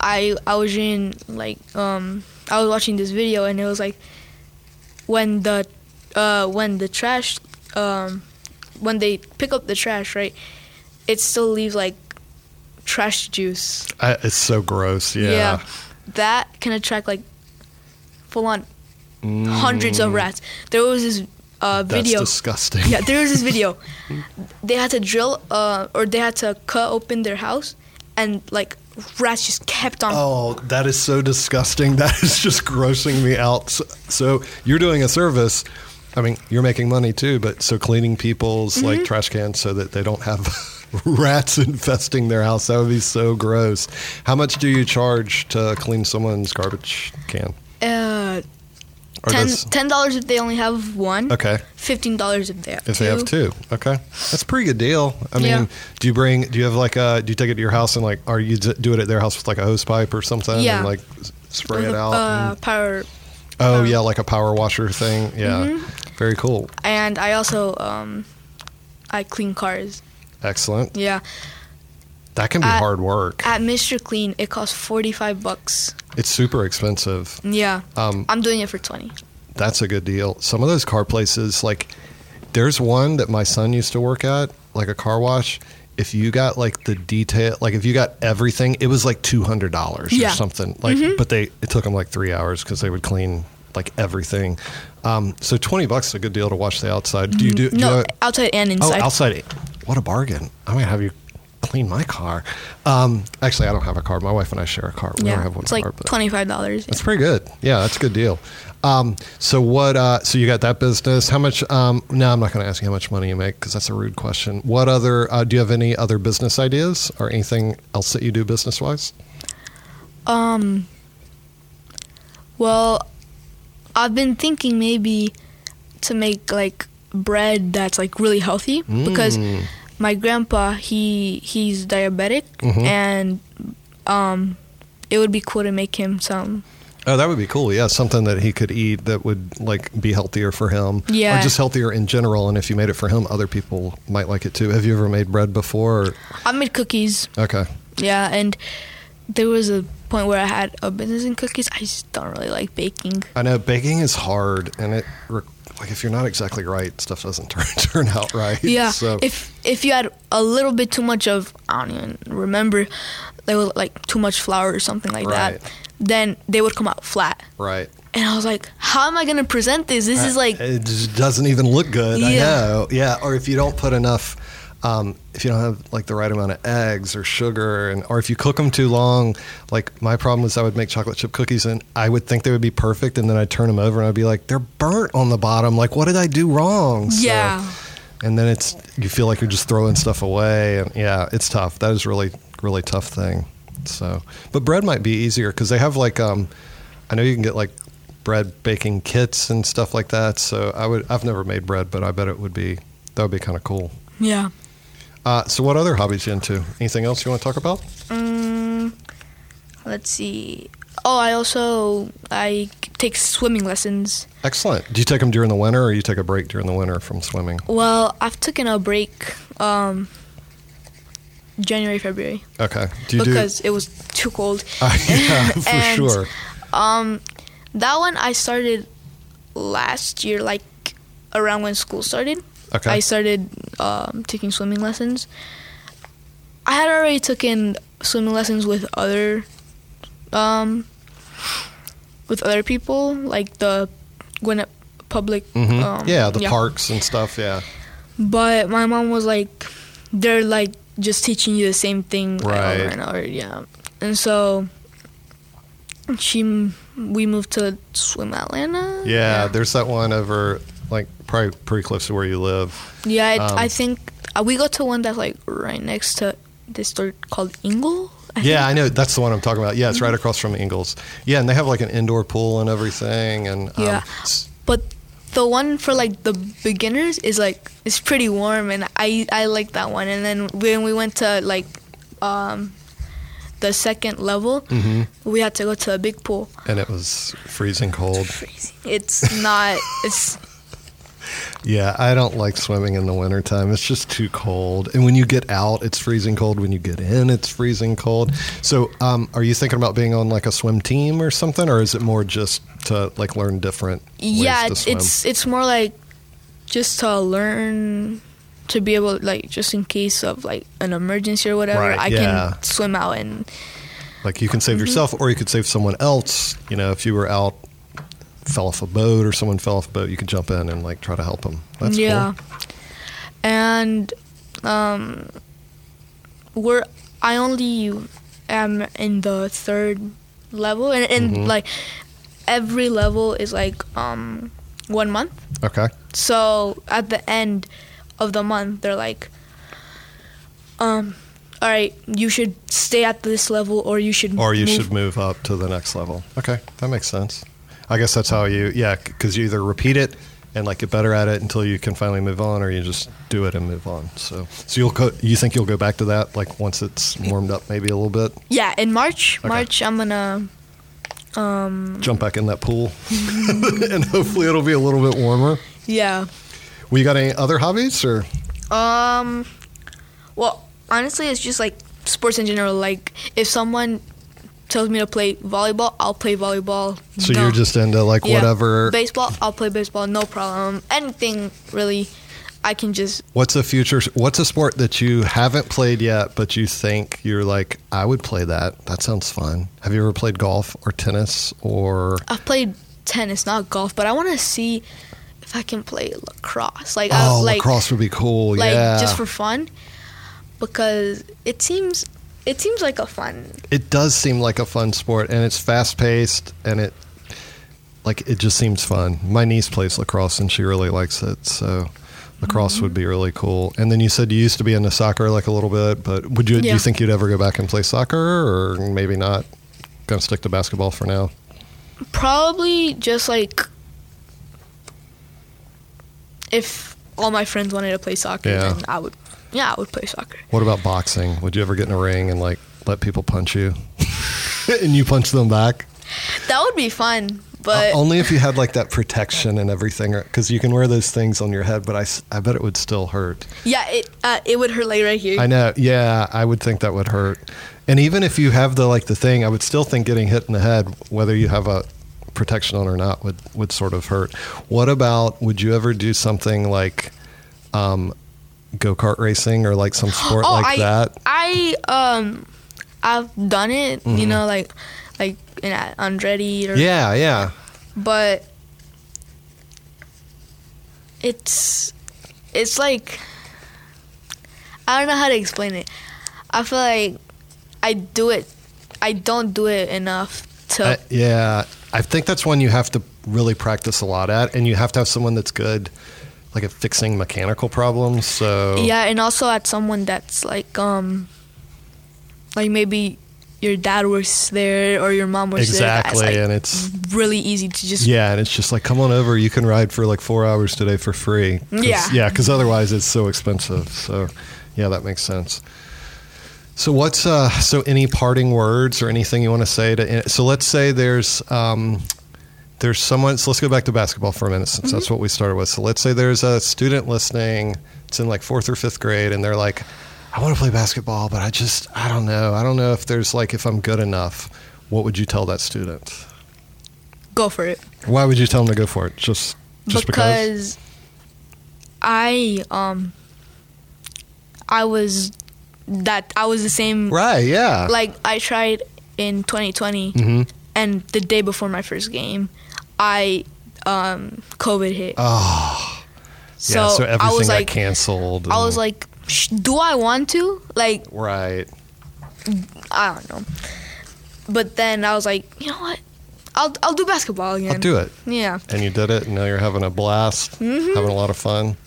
Speaker 2: I I was in like um I was watching this video and it was like when the uh when the trash um when they pick up the trash right, it still leaves like trash juice.
Speaker 1: I, it's so gross. Yeah.
Speaker 2: That can attract like full on hundreds of rats. There was this uh,
Speaker 1: Mm, That's
Speaker 2: video. <laughs>
Speaker 1: disgusting.
Speaker 2: yeah, there was this video. they had to drill uh, or they had to cut open their house and like rats just kept on.
Speaker 1: Oh, that is so disgusting. <laughs> That is just grossing me out. So, so you're doing a service. I mean, you're making money too, but so cleaning people's
Speaker 2: Mm-hmm.
Speaker 1: like trash cans so that they don't have <laughs> rats infesting their house. That would be so gross. How much do you charge to clean someone's garbage can?
Speaker 2: Uh,
Speaker 1: Or
Speaker 2: Ten
Speaker 1: does-
Speaker 2: ten dollars if they only have one.
Speaker 1: okay.
Speaker 2: Fifteen dollars if they have
Speaker 1: If
Speaker 2: two.
Speaker 1: they have two, okay, that's a pretty good deal. I mean,
Speaker 2: Yeah.
Speaker 1: do you bring? Do you have like a? Do you take it to your house and like? Are you d- do it at their house with like a hose pipe or something?
Speaker 2: Yeah.
Speaker 1: And like s- spray
Speaker 2: With
Speaker 1: it
Speaker 2: a,
Speaker 1: out.
Speaker 2: Uh,
Speaker 1: and-
Speaker 2: power.
Speaker 1: oh
Speaker 2: um, Mm-hmm.
Speaker 1: yeah, like a power washer thing. Yeah, very cool.
Speaker 2: And I also um, I clean cars.
Speaker 1: Excellent.
Speaker 2: Yeah.
Speaker 1: That can be
Speaker 2: Uh,
Speaker 1: hard work.
Speaker 2: At Mr. Clean, it costs forty five bucks.
Speaker 1: It's super expensive.
Speaker 2: Yeah.
Speaker 1: Um,
Speaker 2: I'm doing it for twenty.
Speaker 1: That's a good deal. Some of those car places, like there's one that my son used to work at, like a car wash. If you got like the detail, like if you got everything, it was like two hundred dollars
Speaker 2: Yeah. Mm-hmm.
Speaker 1: or something. Like, but they it took them like three hours because they would clean like everything. Um, so twenty bucks is a good deal to wash the outside. Do you do? do you
Speaker 2: Mm-hmm. no, eh,
Speaker 1: have-
Speaker 2: outside and
Speaker 1: Oh,
Speaker 2: inside.
Speaker 1: outside. What a bargain. I'm going to have you clean my car. Um, actually, I don't have a car. My wife and I share a car. We
Speaker 2: yeah.
Speaker 1: don't have one
Speaker 2: it's like
Speaker 1: car. but
Speaker 2: twenty five dollars.
Speaker 1: That's pretty good. Yeah, that's a good deal. Um, so what, uh, so you got that business. How much, um, no, I'm not going to ask you how much money you make because that's a rude question. What other, uh, do you have any other business ideas or anything else that you do business wise?
Speaker 2: Um. Well, I've been thinking maybe to make like bread that's like really healthy because
Speaker 1: Mm.
Speaker 2: my grandpa he he's diabetic
Speaker 1: Mhm.
Speaker 2: and um it would be cool to make him some
Speaker 1: Oh, that would be cool. Yeah, something that he could eat that would like be healthier for him.
Speaker 2: Yeah.
Speaker 1: Or just healthier in general. And if you made it for him, other people might like it too. Have you ever made bread before? Or,
Speaker 2: I made cookies
Speaker 1: okay.
Speaker 2: yeah and there was a point where I had a business in cookies I just don't really like baking
Speaker 1: I know baking is hard, and it re- like if you're not exactly right, stuff doesn't <laughs> turn turn out right.
Speaker 2: yeah
Speaker 1: So
Speaker 2: if if you had a little bit too much of I don't even remember there was like too much flour or something like
Speaker 1: Right.
Speaker 2: that then they would come out flat
Speaker 1: right,
Speaker 2: and I was like how am I gonna present this this is like
Speaker 1: it just doesn't even look good. I
Speaker 2: Yeah.
Speaker 1: know. Yeah. Or if you don't put enough. Um, if you don't have like the right amount of eggs or sugar, and or if you cook them too long, like my problem was I would make chocolate chip cookies and I would think they would be perfect, and then I'd turn them over and I'd be like, they're burnt on the bottom. Like, what did I do wrong? So-
Speaker 2: yeah
Speaker 1: and then it's you feel like you're just throwing stuff away and yeah it's tough that is really really tough thing so but bread might be easier because they have like um i know you can get like bread baking kits and stuff like that so i would i've never made bread but i bet it would be that would be kind of cool
Speaker 2: yeah
Speaker 1: uh, so what other hobbies you into anything else you want to talk about
Speaker 2: Mm, let's see. Oh, I also I take swimming lessons.
Speaker 1: excellent do you take them during the winter or you take a break during the winter from swimming
Speaker 2: Well, I've taken a break um January, February
Speaker 1: okay do you
Speaker 2: because it was too cold.
Speaker 1: do uh, <laughs> yeah for
Speaker 2: <laughs> And-
Speaker 1: sure
Speaker 2: Um that one I started last year like around when school started.
Speaker 1: okay
Speaker 2: I started um, taking swimming lessons. I had already taken swimming lessons with other, um, with other people, like the Gwinnett Public.
Speaker 1: Mhm.
Speaker 2: Um,
Speaker 1: yeah the parks and stuff yeah
Speaker 2: But my mom was like, they're like just teaching you the same thing like, over
Speaker 1: Right.
Speaker 2: and over, yeah. And so she, m- we moved to Swim Atlanta.
Speaker 1: Yeah, there's that one over like probably pretty close to where you live.
Speaker 2: Yeah, I,
Speaker 1: Um,
Speaker 2: I think uh, we go to one that's like right next to this store called Ingle. I Mm-hmm.
Speaker 1: Yeah, I know that's the one I'm talking about. Yeah, it's right across from Ingles. Yeah, and they have like an indoor pool and everything. And um,
Speaker 2: Yeah.
Speaker 1: s-
Speaker 2: think. But the one for like the beginners is like it's pretty warm, and I I like that one. And then when we went to like um the second level,
Speaker 1: Mm-hmm.
Speaker 2: we had to go to a big pool.
Speaker 1: and it was freezing cold.
Speaker 2: Crazy.
Speaker 1: <laughs>
Speaker 2: It's not. it's
Speaker 1: Yeah, I don't like swimming in the wintertime. It's just too cold. And when you get out, it's freezing cold. When you get in, it's freezing cold. So, um, are you thinking about being on like a swim team or something, or is it more just to like learn different? ways
Speaker 2: yeah.
Speaker 1: to
Speaker 2: It's,
Speaker 1: swim?
Speaker 2: it's it's more like just to learn to be able like just in case of like an emergency or whatever,
Speaker 1: Right,
Speaker 2: I
Speaker 1: yeah.
Speaker 2: can swim out and
Speaker 1: Like you can save yourself, or you could save someone else. You know, if you were out, fell off a boat, or someone fell off a boat, you could jump in and like try to help them. That's
Speaker 2: yeah.
Speaker 1: cool.
Speaker 2: And um, we're I only am in the third level, and, and
Speaker 1: Mhm.
Speaker 2: like every level is like um one month.
Speaker 1: Okay.
Speaker 2: So at the end of the month, they're like, um, all right, you should stay at this level, or you should
Speaker 1: Or you
Speaker 2: move
Speaker 1: should move up to the next level. Okay, that makes sense. I guess that's how you, yeah, because you either repeat it and like get better at it until you can finally move on, or you just do it and move on. So, so you'll co- you think you'll go back to that like once it's warmed up, maybe a little bit,
Speaker 2: Yeah, in March,
Speaker 1: Okay.
Speaker 2: March I'm gonna
Speaker 1: jump back in that pool, <laughs> and hopefully it'll be a little bit warmer.
Speaker 2: yeah.
Speaker 1: Well, you got any other hobbies or?
Speaker 2: Um, well, honestly, it's just like sports in general. Like if someone tells me to play volleyball, I'll play volleyball.
Speaker 1: So
Speaker 2: No-
Speaker 1: you're just into like
Speaker 2: yeah.
Speaker 1: whatever.
Speaker 2: baseball. I'll play baseball, no problem. Anything really, I can just
Speaker 1: What's a future? What's a sport that you haven't played yet, but you think you're like, I would play that. That sounds fun. Have you ever played golf or tennis or?
Speaker 2: I've played tennis, not golf, but I want to see if I can play lacrosse. Like, I,
Speaker 1: Oh,
Speaker 2: Uh, like
Speaker 1: lacrosse would be cool.
Speaker 2: like
Speaker 1: yeah,
Speaker 2: just for fun, because it seems it seems like a fun.
Speaker 1: it does seem like a fun sport, and it's fast paced, and it like it just seems fun. My niece plays lacrosse, and she really likes it. So lacrosse would
Speaker 2: Mm-hmm.
Speaker 1: be really cool. And then you said you used to be into soccer like a little bit, but would you do
Speaker 2: Yeah.
Speaker 1: you think you'd ever go back and play soccer, or maybe not? Gonna stick to basketball for now.
Speaker 2: Probably just like if all my friends wanted to play soccer,
Speaker 1: Yeah.
Speaker 2: then I would. Yeah, I would play soccer.
Speaker 1: What about boxing? Would you ever get in a ring and like let people punch you, <laughs> and you punch them back?
Speaker 2: That would be fun,
Speaker 1: Uh,
Speaker 2: but
Speaker 1: only if you had like that protection and everything, because you can wear those things on your head. But I, s- I bet it would still hurt.
Speaker 2: yeah, it uh, it would hurt like right here.
Speaker 1: I know. Yeah, I would think that would hurt. And even if you have the like the thing, I would still think getting hit in the head, whether you have a protection on or not, would would sort of hurt. What about? Would you ever do something like um, go kart racing or
Speaker 2: <gasps>
Speaker 1: like some sport like
Speaker 2: Oh, I,
Speaker 1: that?
Speaker 2: I um, I've done it. You know, like like in at Andretti or
Speaker 1: Mm-hmm. Yeah, yeah.
Speaker 2: but it's it's like I don't know how to explain it. I feel like I do it. I don't do it enough to.
Speaker 1: I- yeah, I think that's one you have to really practice a lot at, and you have to have someone that's good, like at fixing mechanical problems. So
Speaker 2: yeah, and also at someone that's like um, like maybe your dad works there or your mom works
Speaker 1: exactly,
Speaker 2: there.
Speaker 1: and it's
Speaker 2: It's like really easy to just.
Speaker 1: yeah, and it's just like come on over, you can ride for like four hours today for free. 'Cause-
Speaker 2: Yeah.
Speaker 1: yeah, because otherwise it's so expensive. So yeah, that makes sense. So what's uh, so any parting words or anything you want to say to? So let's say there's um, there's someone. So let's go back to basketball for a minute since
Speaker 2: Mm-hmm.
Speaker 1: that's what we started with. So let's say there's a student listening. It's in like fourth or fifth grade, and they're like, I want to play basketball, but I just I don't know. I don't know if there's like if I'm good enough. What would you tell that student?
Speaker 2: Go for it.
Speaker 1: Why would you tell them to go for it? Just just because,
Speaker 2: because, I um I was that I was the same
Speaker 1: right? Yeah.
Speaker 2: like I tried in 2020
Speaker 1: hmm
Speaker 2: and the day before my first game I um COVID hit.
Speaker 1: Oh,
Speaker 2: so,
Speaker 1: yeah. So everything
Speaker 2: I was
Speaker 1: got
Speaker 2: like
Speaker 1: canceled.
Speaker 2: I was
Speaker 1: and-
Speaker 2: like Sh- do I want to? Like
Speaker 1: right.
Speaker 2: I don't know. But then I was like, you know what? I'll I'll do basketball again.
Speaker 1: I'll do it.
Speaker 2: Yeah.
Speaker 1: And you did it. And now you're having a blast,
Speaker 2: Mm-hmm.
Speaker 1: having a lot of fun.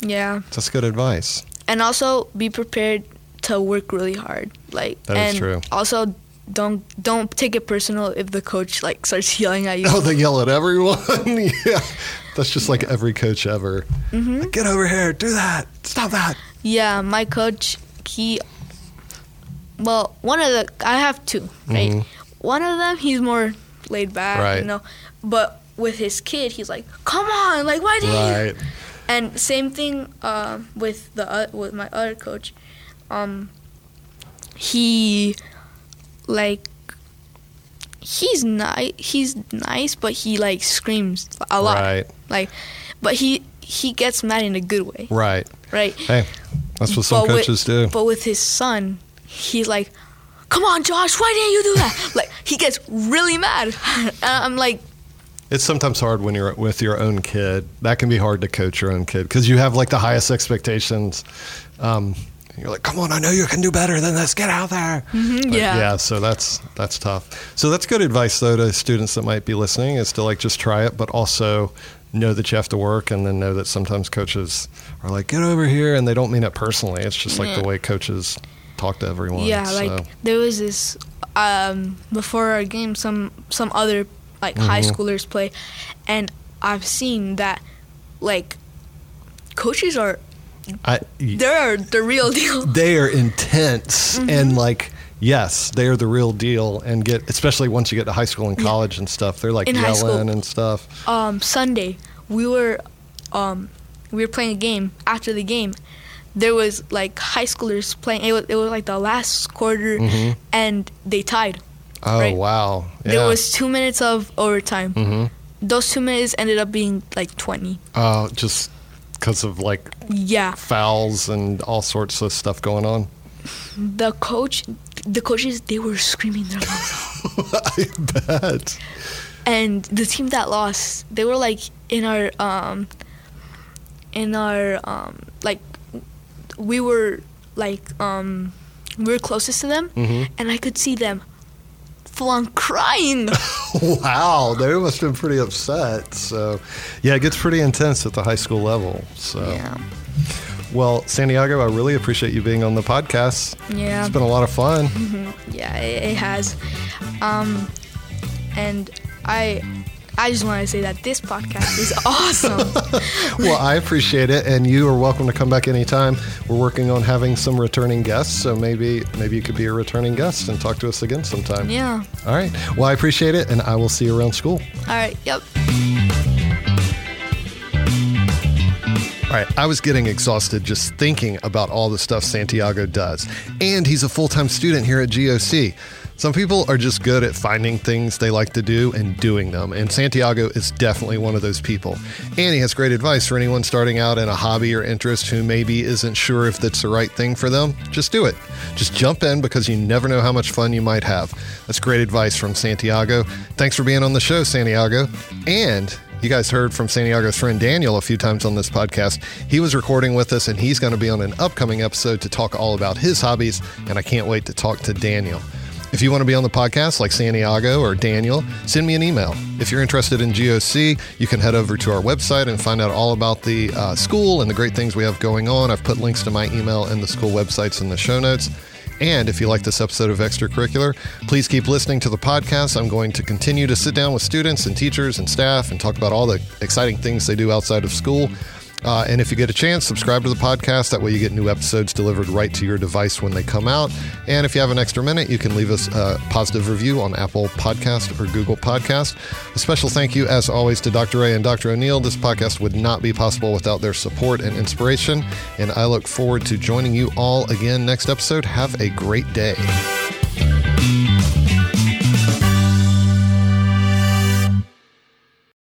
Speaker 2: Yeah.
Speaker 1: That's good advice.
Speaker 2: and also be prepared to work really hard like
Speaker 1: That
Speaker 2: and
Speaker 1: is true.
Speaker 2: also don't don't take it personal if the coach like starts <laughs> yelling at you
Speaker 1: <laughs> Oh, they yell at everyone. <laughs> yeah, that's just like every coach ever.
Speaker 2: <laughs>
Speaker 1: Like, Get over here. Do that. Stop that.
Speaker 2: yeah my coach he well one of the i have two right
Speaker 1: Mhm.
Speaker 2: one of them he's more laid back
Speaker 1: Right.
Speaker 2: you know but with his kid he's like come on like why did you
Speaker 1: Right.
Speaker 2: And same thing uh, with the uh, with my other coach. Um, he like he's nice. He's nice, but he like screams a lot.
Speaker 1: Right.
Speaker 2: Like, but he he gets mad in a good way,
Speaker 1: Right.
Speaker 2: right?
Speaker 1: Hey, that's what some
Speaker 2: But with-
Speaker 1: coaches do.
Speaker 2: But with his son, he's like, "Come on, Josh, why didn't you
Speaker 1: <laughs>
Speaker 2: do that?" like he gets really mad. <laughs> And I'm like,
Speaker 1: It's sometimes hard when you're with your own kid. That can be hard to coach your own kid because you have like the highest expectations. Um, and you're like, come on, I know you can do better than this. Get out there. But
Speaker 2: "Mm, yeah.
Speaker 1: Yeah. So that's that's tough. So that's good advice though to students that might be listening is to like just try it, but also know that you have to work and then know that sometimes coaches are like, get over here, and they don't mean it personally. It's just like the way coaches talk to everyone.
Speaker 2: Yeah,
Speaker 1: so.
Speaker 2: like there was this um, before our game. Some some other like high
Speaker 1: Mhm.
Speaker 2: schoolers play, and I've seen that like coaches are
Speaker 1: I,
Speaker 2: they're the Mm-hmm. real <laughs> deal.
Speaker 1: they are intense and like yes they are the real deal and get especially once you get to high school and college and stuff they're like
Speaker 2: In high school.
Speaker 1: yelling and stuff
Speaker 2: um, Sunday, we were um, we were playing a game. After the game, there was like high schoolers playing. It was it was like the last quarter,
Speaker 1: Mhm.
Speaker 2: and they tied.
Speaker 1: oh
Speaker 2: Right.
Speaker 1: wow yeah.
Speaker 2: There was two minutes of overtime.
Speaker 1: Mhm.
Speaker 2: Those two minutes ended up being like twenty.
Speaker 1: oh just because of like
Speaker 2: Yeah,
Speaker 1: fouls and all sorts of stuff going on
Speaker 2: the coach, the coaches, they were screaming their lungs out.
Speaker 1: <laughs> i bet
Speaker 2: And the team that lost, they were like in our um, in our um, like we were like um, we were closest to them,
Speaker 1: Mhm.
Speaker 2: and I could see them full on crying.
Speaker 1: wow they must have been pretty upset so yeah it gets pretty intense at the high school level so
Speaker 2: yeah,
Speaker 1: well santiago i really appreciate you being on the podcast
Speaker 2: Yeah.
Speaker 1: it's been a lot of fun
Speaker 2: <laughs> yeah, it, it has. Um, and I. I just want to say that this podcast is awesome.
Speaker 1: Well, I appreciate it, and you are welcome to come back anytime. We're working on having some returning guests, so maybe maybe you could be a returning guest and talk to us again sometime.
Speaker 2: yeah.
Speaker 1: All right. Well, I appreciate it, and I will see you around school.
Speaker 2: All right. Yep.
Speaker 1: All right, I was getting exhausted just thinking about all the stuff Santiago does. And he's a full time student here at GOC. Some people are just good at finding things they like to do and doing them. And Santiago is definitely one of those people. And he has great advice for anyone starting out in a hobby or interest who maybe isn't sure if that's the right thing for them. Just do it. Just jump in because you never know how much fun you might have. That's great advice from Santiago. Thanks for being on the show, Santiago. And you guys heard from Santiago's friend Daniel a few times on this podcast. He was recording with us, and he's going to be on an upcoming episode to talk all about his hobbies. And I can't wait to talk to Daniel. If you want to be on the podcast like Santiago or Daniel, send me an email. If you're interested in GOC, you can head over to our website and find out all about the uh, school and the great things we have going on. I've put links to my email and the school websites in the show notes. And if you like this episode of Extracurricular, please keep listening to the podcast. I'm going to continue to sit down with students and teachers and staff and talk about all the exciting things they do outside of school. Uh, and if you get a chance, subscribe to the podcast. That way, you get new episodes delivered right to your device when they come out. And if you have an extra minute, you can leave us a positive review on Apple Podcast or Google Podcast. A special thank you, as always, to Dr. Ray and Dr. O'Neill. This podcast would not be possible without their support and inspiration. And I look forward to joining you all again next episode. Have a great day.